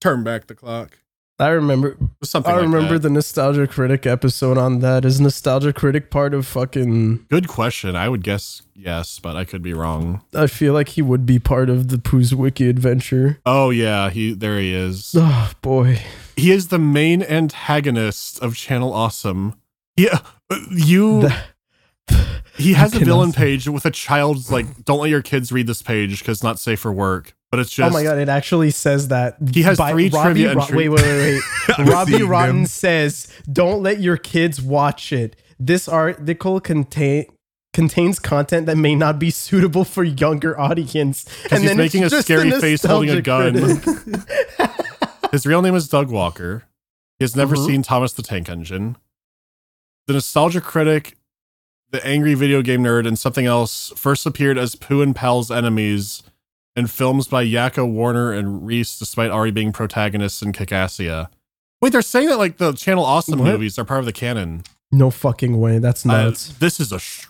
Turn back the clock.
I remember.
Something
I
like
remember
that.
the Nostalgia Critic episode on that. Is Nostalgia Critic part of fucking?
Good question. I would guess yes, but I could be wrong.
I feel like he would be part of the Pooh's Wiki adventure.
Oh yeah, he there he is.
Oh boy.
He is the main antagonist of Channel Awesome. Yeah, you
The-
He has a
Fucking
villain
awesome.
page with a child's like, don't let your kids read this page because it's not safe for work. But it's
oh
just
my god! It actually says that
He has three trivia
Ro- Wait,
entry-
wait, wait,
I'm
wait. Robbie
seeing
Rotten
them.
says, "Don't let your kids watch it. This article contain." Contains content that may not be suitable for younger audience.
because he's
it's
making a
just the
scary face holding a
Nostalgia
gun.
Critic.
His real name is Doug Walker. He has
Mm-hmm.
never seen Thomas the Tank Engine. The Nostalgia Critic, the Angry Video Game Nerd, and something else first appeared as Pooh and Pal's enemies in films by Yakko Warner and Reese, despite already being protagonists in Kick-Assia. Wait, they're saying that like the Channel Awesome
What?
movies are part of the canon.
No fucking way. That's
Uh,
nuts.
this is a sh-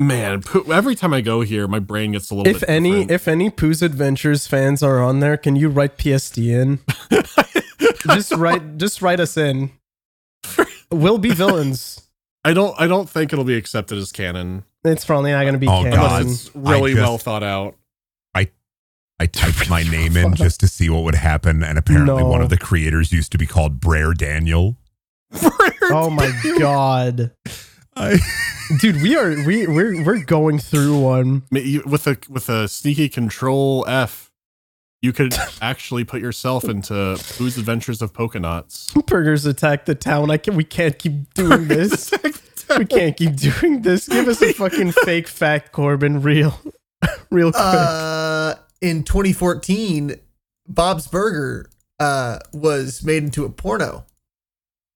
man. Poo- every time I go here, my brain gets a little.
if
bit
any
different.
if any Pooh's Adventures fans are on there, can you write PSD in? just write just write us in. will be villains.
I don't. I don't think it'll be accepted as canon
It's probably not going to be
Oh,
canon.
God.
unless it's really
just-
well thought out.
I typed my name in just to see what would happen, and apparently
No.
one of the creators used to be called Brer Daniel.
Oh my god,
I,
dude, we are we we're we're going through one.
Ma- you- with a with a sneaky control F, you could actually put yourself into Boo's Adventures of Pokenauts.
Burgers attack the town. I can, we can't keep doing this. We can't keep doing this. Give us a fucking fake fact, Corbin. Real, real quick.
Uh, in 2014, Bob's Burger uh, was made into a porno,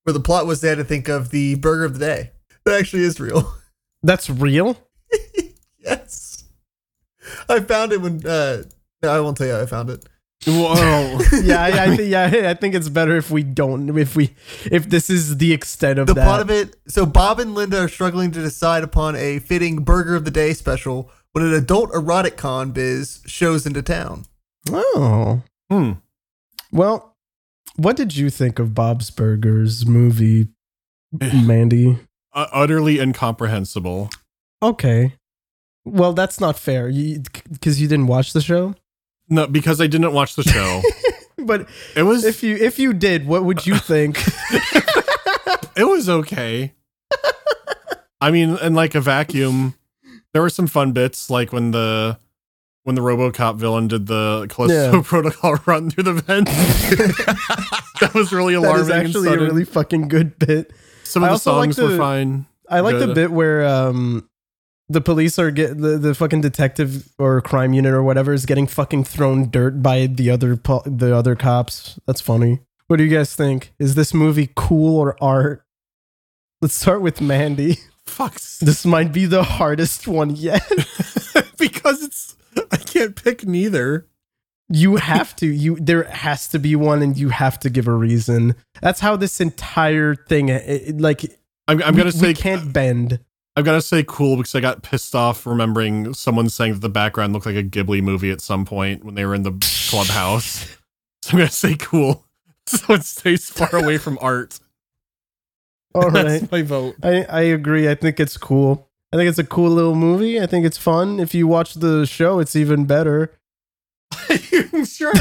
where the plot was they had to think of the burger of the day. That actually is real.
That's real.
yes, I found it when. Uh, no, I won't tell you how I found it.
Whoa!
Yeah, I, I think yeah, I think it's better if we don't. If we if this is the extent of
The
that.
plot of it. So Bob and Linda are struggling to decide upon a fitting burger of the day special when an adult erotic con biz shows into town.
Oh.
Hmm.
Well, what did you think of Bob's Burgers movie, Mandy?
Uh, utterly incomprehensible.
Okay. Well, that's not fair because you, didn't watch the show.
No, because I didn't watch the show.
But
It was
if you if you did, what would you think?
it was okay. I mean, in like a vacuum, there were some fun bits, like when the when the RoboCop villain did the Callisto
Yeah.
protocol run through the vent. that was really
that
alarming.
is actually
and
a
sudden.
really fucking good bit.
some
I
of the
also like
songs were
to-
fine.
I like the
Good.
bit where um the police are get the, the fucking detective or crime unit or whatever is getting fucking thrown dirt by the other po- the other cops. That's funny. What do you guys think? Is this movie cool or art? Let's start with Mandy.
Fuck.
This might be the hardest one yet.
because it's I can't pick neither.
You have to. You there has to be one, and you have to give a reason. That's how this entire thing, it- it- like,
I'm, I'm
we-
gonna
we
say
can't bend.
I'm gonna say cool because I got pissed off remembering someone saying that the background looked like a Ghibli movie at some point when they were in the clubhouse. So I'm gonna say cool. So it stays far away from art.
All right.
That's my vote.
I, I agree. I think it's cool. I think it's a cool little movie. I think it's fun. If you watch the show, it's even better.
sure.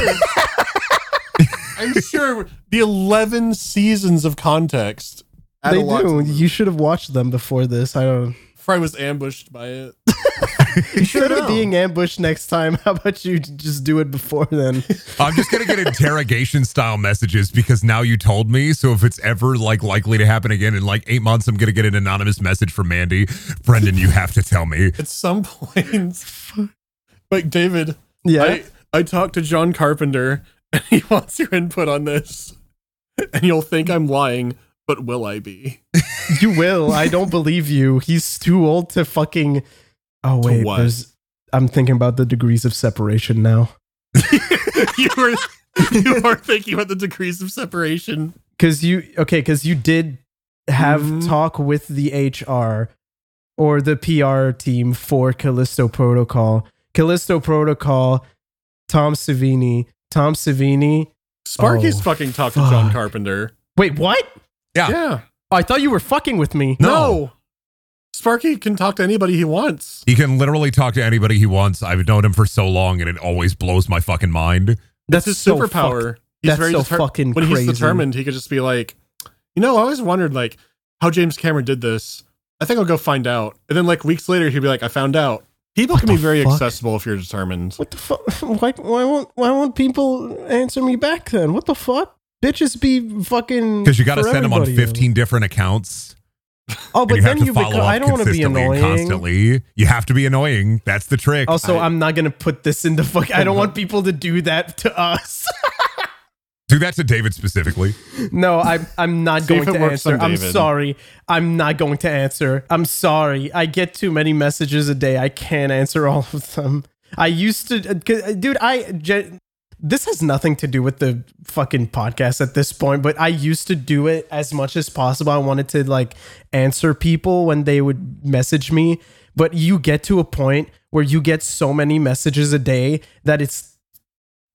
I'm sure the 11 seasons of context. add
they
a lot to
do.
the-
You should have watched them before this. I don't.
Before I was ambushed by it.
Instead of
know.
being ambushed next time, how about you just do it before then?
I'm just gonna get interrogation style messages because now you told me. So if it's ever like likely to happen again in like eight months, I'm gonna get an anonymous message from Mandy. Brendan, you have to tell me.
at some point. Like David,
Yeah.
I I talked to John Carpenter and he wants your input on this. And you'll think I'm lying, but will I be?
you will. I don't believe you. He's too old to fucking. Oh wait,
what?
there's. I'm thinking about the degrees of separation now.
you were you are thinking about the degrees of separation.
Because you okay? Because you did have
Mhm.
talk with the HR or the PR team for Callisto Protocol. Callisto Protocol. Tom Savini. Tom Savini.
Sparky's
Oh,
fucking talked to John
fuck.
Carpenter.
Wait, what?
Yeah.
Oh, I thought you were fucking with me.
No.
Sparky can talk to anybody he wants.
He can literally talk to anybody he wants. I've known him for so long and it always blows my fucking mind.
that's
It's his
so
superpower.
fucked. That's so fucking
when
crazy.
he's determined, he could just be like, you know, I always wondered like how James Cameron did this. I think I'll go find out. And then like weeks later, he'd be like, I found out. People can be
the
very
fuck?
accessible if you're determined.
What the fuck? Why, why won't why won't people answer me back then? What the fuck? Bitches be fucking
Because you gotta
Mm, for
send him on
everybody.
15 different accounts.
Oh,
and
but
you have
then
to
you
follow
become.
up
I don't want to be
consistently and
annoying.
constantly. You have to be annoying. That's the trick.
Also, I, am not gonna put this in the fuck. I don't want people to do that to us.
Do that to David specifically.
no, I'm I'm not
See if
going
it
to
works
answer.
on
I'm
David.
sorry. I'm not going to answer. I'm sorry. I get too many messages a day. I can't answer all of them. I used to, uh, 'cause, uh, dude. I ge- this has nothing to do with the fucking podcast at this point, but I used to do it as much as possible. I wanted to like answer people when they would message me, but you get to a point where you get so many messages a day that it's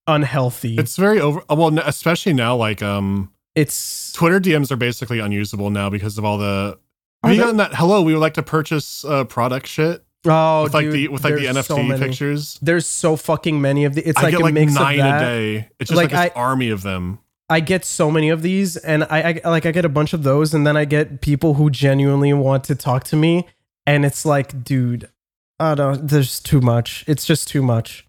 unhealthy.
uh, It's very over. Well, n- especially now, like um,
It's
Twitter DMs are basically unusable now because of all the.
Are
Have you
they-
gotten that? Hello, we would like to purchase uh, product shit
oh,
with like
dude,
the with like the
there's so
NFT
many.
pictures.
There's so fucking many of the. It's
I
like
get
a
like
mix
nine
of that.
a day. It's just
Like,
like, an
I-
army of them.
I get so many of these, and I, I like I get a bunch of those, and then I get people who genuinely want to talk to me, and it's like, dude, I don't. There's too much. It's just too much.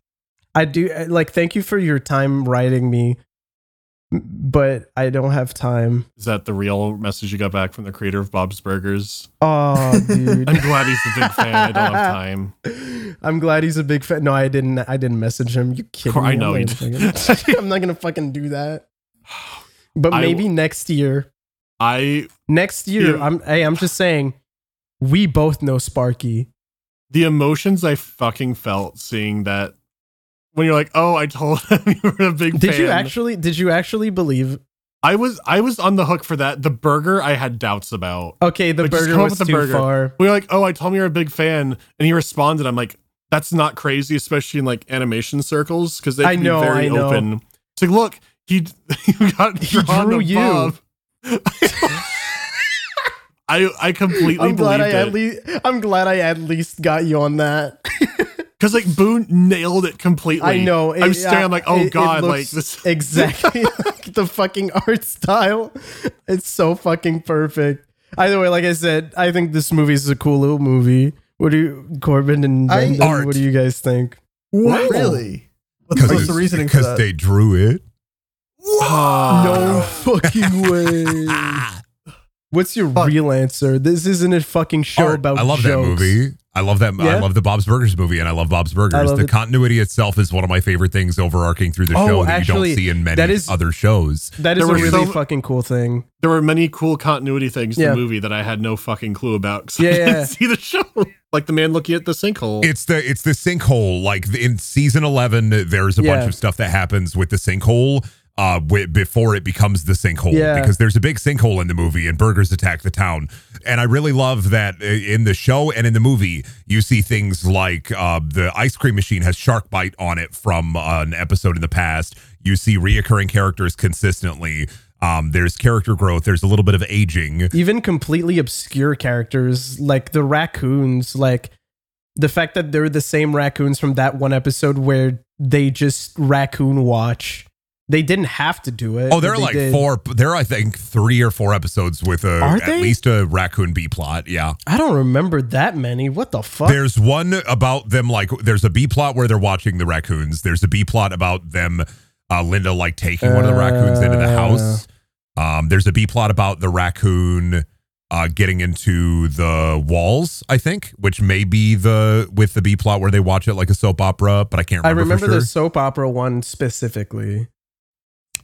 I do like. Thank you for your time writing me, but I don't have time.
Is that the real message you got back from the creator of Bob's Burgers?
Oh, dude.
I'm glad he's a big fan. I don't have time.
I'm glad he's a big fan. No, I didn't. I didn't message him. You kidding?
Cor- I
me? I'm
know
not
you
gonna fucking- I'm not gonna fucking do that. But
I
maybe
will-
next year.
I
Next year,
You-
I'm. Hey, I'm just saying. We both know Sparky.
the emotions I fucking felt seeing that when you're like, oh, I told him you were a big
Did
fan.
you actually? Did you actually believe?
I was I was on the hook for that. The burger I had doubts about.
Okay, the
But just
burger
come up
was
with the
too
burger.
far.
We were like, oh, I told him you're a big fan, and he responded. I'm like, that's not crazy, especially in like animation circles because they
I
can
know,
be very
I know.
open. It's like, look, he you got
He
drawn
drew
to
you.
Bob. I I completely
I'm glad I at
believed it
least. I'm glad I at least got you on that.
because like Boone nailed it completely.
I know.
I'm
it-
staring. I'm like, oh
it- it
god, like
looks
this.
exactly like the fucking art style. It's so fucking perfect. Either way, like I said, I think this movie is a cool little movie. What do you, Corbin and
I-
Brendan,
Art.
what do you guys think?
What? Really? What's,
Because
what's the reasoning for
Because
that?
they drew it.
Ah.
no fucking way. What's your
Fuck.
real answer? This isn't a fucking show
Art.
about.
I love
jokes.
that movie. I love that. I
Yeah?
love the Bob's Burgers movie, and I love Bob's Burgers.
I love
the
it.
continuity itself is one of my favorite things overarching through the
Oh,
show that you
actually,
don't see in many
that is-
other shows.
That is
There
a
were
really
so-
fucking cool thing.
there were many cool continuity things in
Yeah.
the movie that I had no fucking clue about. 'cause
Yeah,
I didn't
yeah.
see the show. Like the man looking at the sinkhole.
It's the it's the sinkhole. Like in season eleven, there's a
Yeah.
bunch of stuff that happens with the sinkhole. Uh, wi- before it becomes the sinkhole,
Yeah.
because there's a big sinkhole in the movie, and burgers attack the town. And I really love that uh, in the show and in the movie, you see things like uh, the ice cream machine has shark bite on it from uh, an episode in the past. You see reoccurring characters consistently. Um, there's character growth. There's a little bit of aging.
even completely obscure characters like the raccoons like the fact that they're the same raccoons from that one episode where they just raccoon watch they didn't have to do it
Oh, there
but
are
they
like
did.
four. There are, I think, three or four episodes with a
Are
at
they?
least a raccoon B plot. Yeah,
i don't remember that many what the fuck
there's one about them like there's a B plot where they're watching the raccoons. There's a B plot about them, uh, Linda like taking one of the raccoons into
Uh.
the house. Um, there's a B plot about the raccoon uh, getting into the walls. I think, which may be the with the B plot where they watch it like a soap opera, but I can't
i
remember.
remember
for sure.
the soap opera one specifically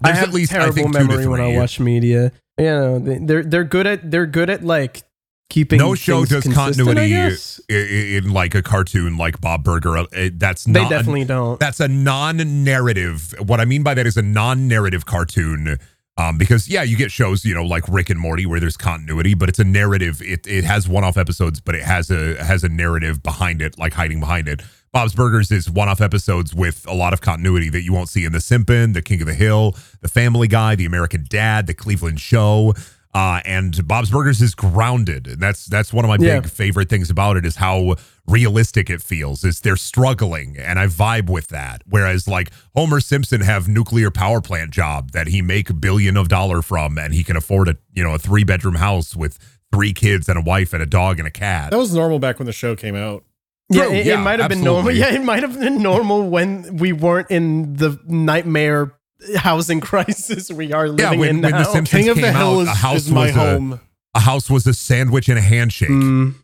There's
i have
at least
terrible
I think two
memory
to
when i
three.
watch media you know they- they're they're good at they're good at like keeping
No show
things
does
consistent, I
continuity
guess.
i- i- in, like a cartoon like Bob Burger. uh, it- That's
they
not
definitely don't
that's a non-narrative. What I mean by that is a non-narrative cartoon. Um, because yeah, you get shows you know like Rick and Morty where there's continuity, but it's a narrative. It it has one-off episodes, but it has a has a narrative behind it, like hiding behind it. Bob's Burgers is one-off episodes with a lot of continuity that you won't see in The Simpin, The King of the Hill, The Family Guy, The American Dad, The Cleveland Show. Uh, and Bob's Burgers is grounded. And that's that's one of my
Yeah.
big favorite things about it is how realistic it feels. Is they're struggling, and I vibe with that. Whereas like Homer Simpson have nuclear power plant job that he make billion of dollar from, and he can afford a you know a three bedroom house with three kids and a wife and a dog and a cat.
that was normal back when the show came out.
Yeah,
True,
it,
yeah,
it might have been normal.
absolutely.
Yeah, it might have been normal when we weren't in the nightmare housing crisis we are living
yeah, when,
in
when
now.
the Simpsons
King of the
came out,
Hill
a
is,
house
is my
was a,
home.
a house was a sandwich and a handshake.
Mm,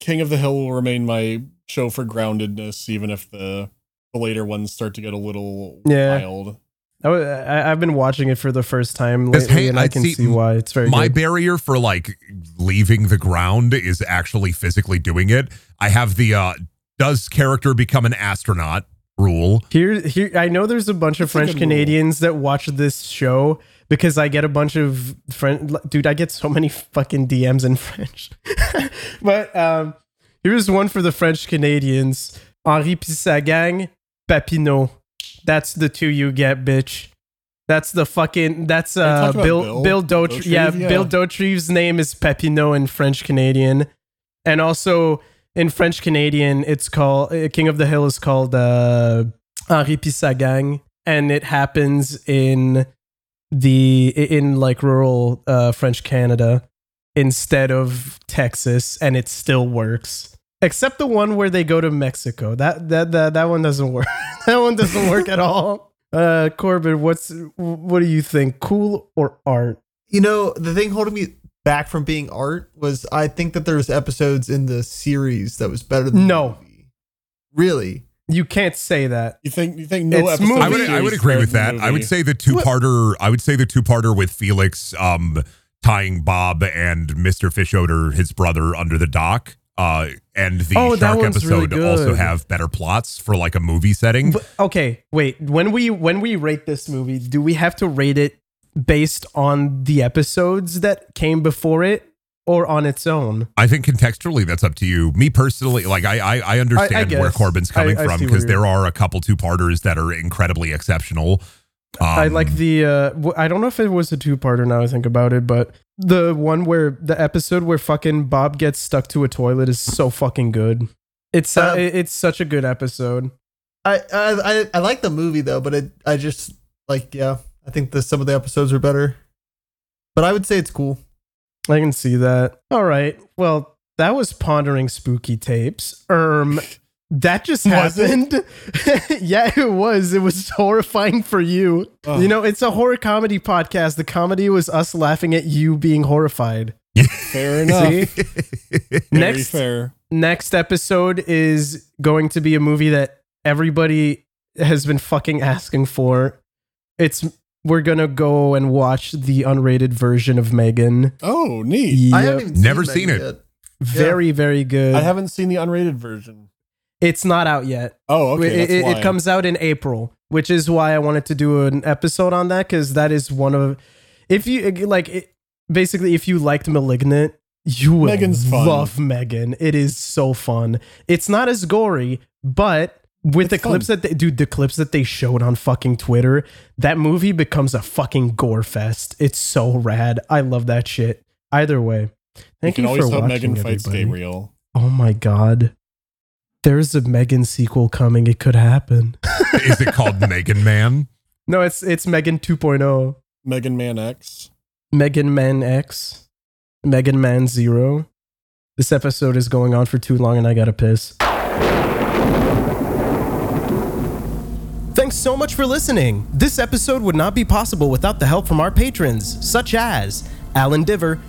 King of the Hill will remain my show for groundedness, even if the the later ones start to get a little
Yeah.
wild.
Oh, I, wa- I, have been watching it for the first time
'Cause,
lately,
hey,
and I
I'd
can
see-
see, why it's very
my
good.
barrier for like leaving the ground is actually physically doing it. I have the uh does character become an astronaut rule.
Here, here, I know there's a bunch of
That's a good
French Canadians that watch this show because I get a bunch of French. Dude, I get so many fucking DMs in French. but um, here's one for the French Canadians: Henri Pissagang, Papineau. That's the two you get, bitch. That's the fucking. That's uh,
talked about
Bill Bill
Bill
Dotry.
Dautrieve,
Yeah,
yeah.
Bill Dotry's name is Pepino in French Canadian, and also in French Canadian, it's called uh, King of the Hill is called uh, Henri Pissagang, and it happens in the in like rural uh, French Canada instead of Texas, and it still works. Except the one where they go to Mexico. That that that, that one doesn't work. that one doesn't work at all. Uh, Corbin, what's what do you think? Cool or art?
You know, the thing holding me back from being art was I think that there was episodes in the series that was better than
No.
the movie. Really?
You can't say that.
You think you think no
It's
episode?
movie.
I would I would agree with that. I would say the two parter. I would say the two parter with Felix um, tying Bob and Mister Fishoder, his brother, under the dock. Uh, and the
Oh, that
shark
one's really
episode also
good.
have better plots for like a movie setting.
But, okay, wait. When we when we rate this movie, do we have to rate it based on the episodes that came before it or on its own?
I think contextually that's up to you. Me personally, like I I, I understand where
guess.
Corbin's coming
I- I
from
see where
because
you're-
there are a couple two parters that are incredibly exceptional. Um,
I like the uh w- I don't know if it was a two-parter now I think about it, but the one where the episode where fucking Bob gets stuck to a toilet is so fucking good. It's uh,
Um,
it's such a good episode.
I I I, I like the movie though, but it, I just like yeah, I think the some of the episodes are better. But I would say it's cool.
I can see that. All right. Well, that was pondering spooky tapes. Um, that just
Was it?
happened. yeah, it was. It was horrifying for you.
Oh.
You know, it's a horror comedy podcast. The comedy was us laughing at you being horrified.
fair enough.
See?
Very
Next-
fair.
Next episode is going to be a movie that everybody has been fucking asking for. It's we're gonna go and watch the unrated version of Megan.
Oh, neat.
Yep.
I haven't even
Never
that
seen it.
yet.
very, very good.
I haven't seen the unrated version.
it's not out yet.
Oh, okay.
it,
that's
it- it
why.
comes out in April, which is why I wanted to do an episode on that because that is one of, if you like, it, basically, if you liked *Malignant*, you will
Megan's fun.
love *Megan*. It is so fun. It's not as gory, but with the
It's fun.
clips that they dude, the clips that they showed on fucking Twitter, that movie becomes a fucking gore fest. It's so rad. I love that shit. Either way, thank
you
you,
can always
for
hope
watching.
Megan fights
everybody.
Gabriel.
Oh my god. There's a Megan sequel coming. It could happen.
is it called Megan Man?
No, it's it's Megan oh. 2.0.
Megan Man X.
Megan Man X. Megan Man Zero. This episode is going on for too long and I gotta piss. Thanks so much for listening. This episode would not be possible without the help from our patrons, such as Alan Diver,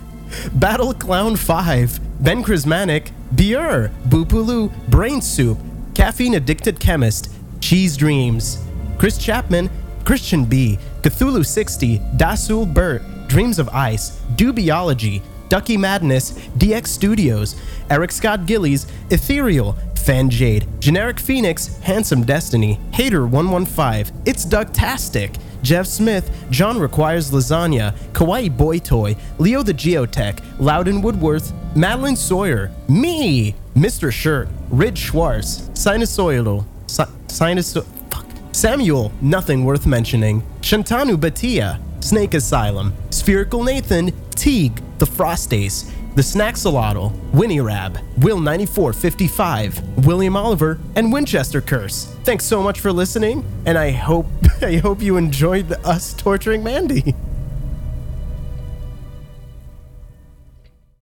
Battle Clown 5, Ben Chrismanic, Bier, Boopulu, Brain Soup, Caffeine Addicted Chemist, Cheese Dreams, Chris Chapman, Christian B, Cthulhu 60, Dasul Burt, Dreams of Ice, Dubiology, Ducky Madness, DX Studios, Eric Scott Gillies, Ethereal, Fan Jade, Generic Phoenix, Handsome Destiny, Hater 115, It's Ducktastic, Jeff Smith, John Requires Lasagna, Kawaii Boy Toy, Leo the Geotech, Loudon Woodworth, Madeline Sawyer, me, Mr. Shirt, Rid Schwartz, Sinusoidal, si- Sinuso- fuck, Samuel, nothing worth mentioning, Shantanu Batia, Snake Asylum, Spherical Nathan, Teague, The Frost Ace, the Snaxolotl, Winnie Rab, Will9455, William Oliver, and Winchester Curse. Thanks so much for listening, and I hope I hope you enjoyed the, us torturing Mandy.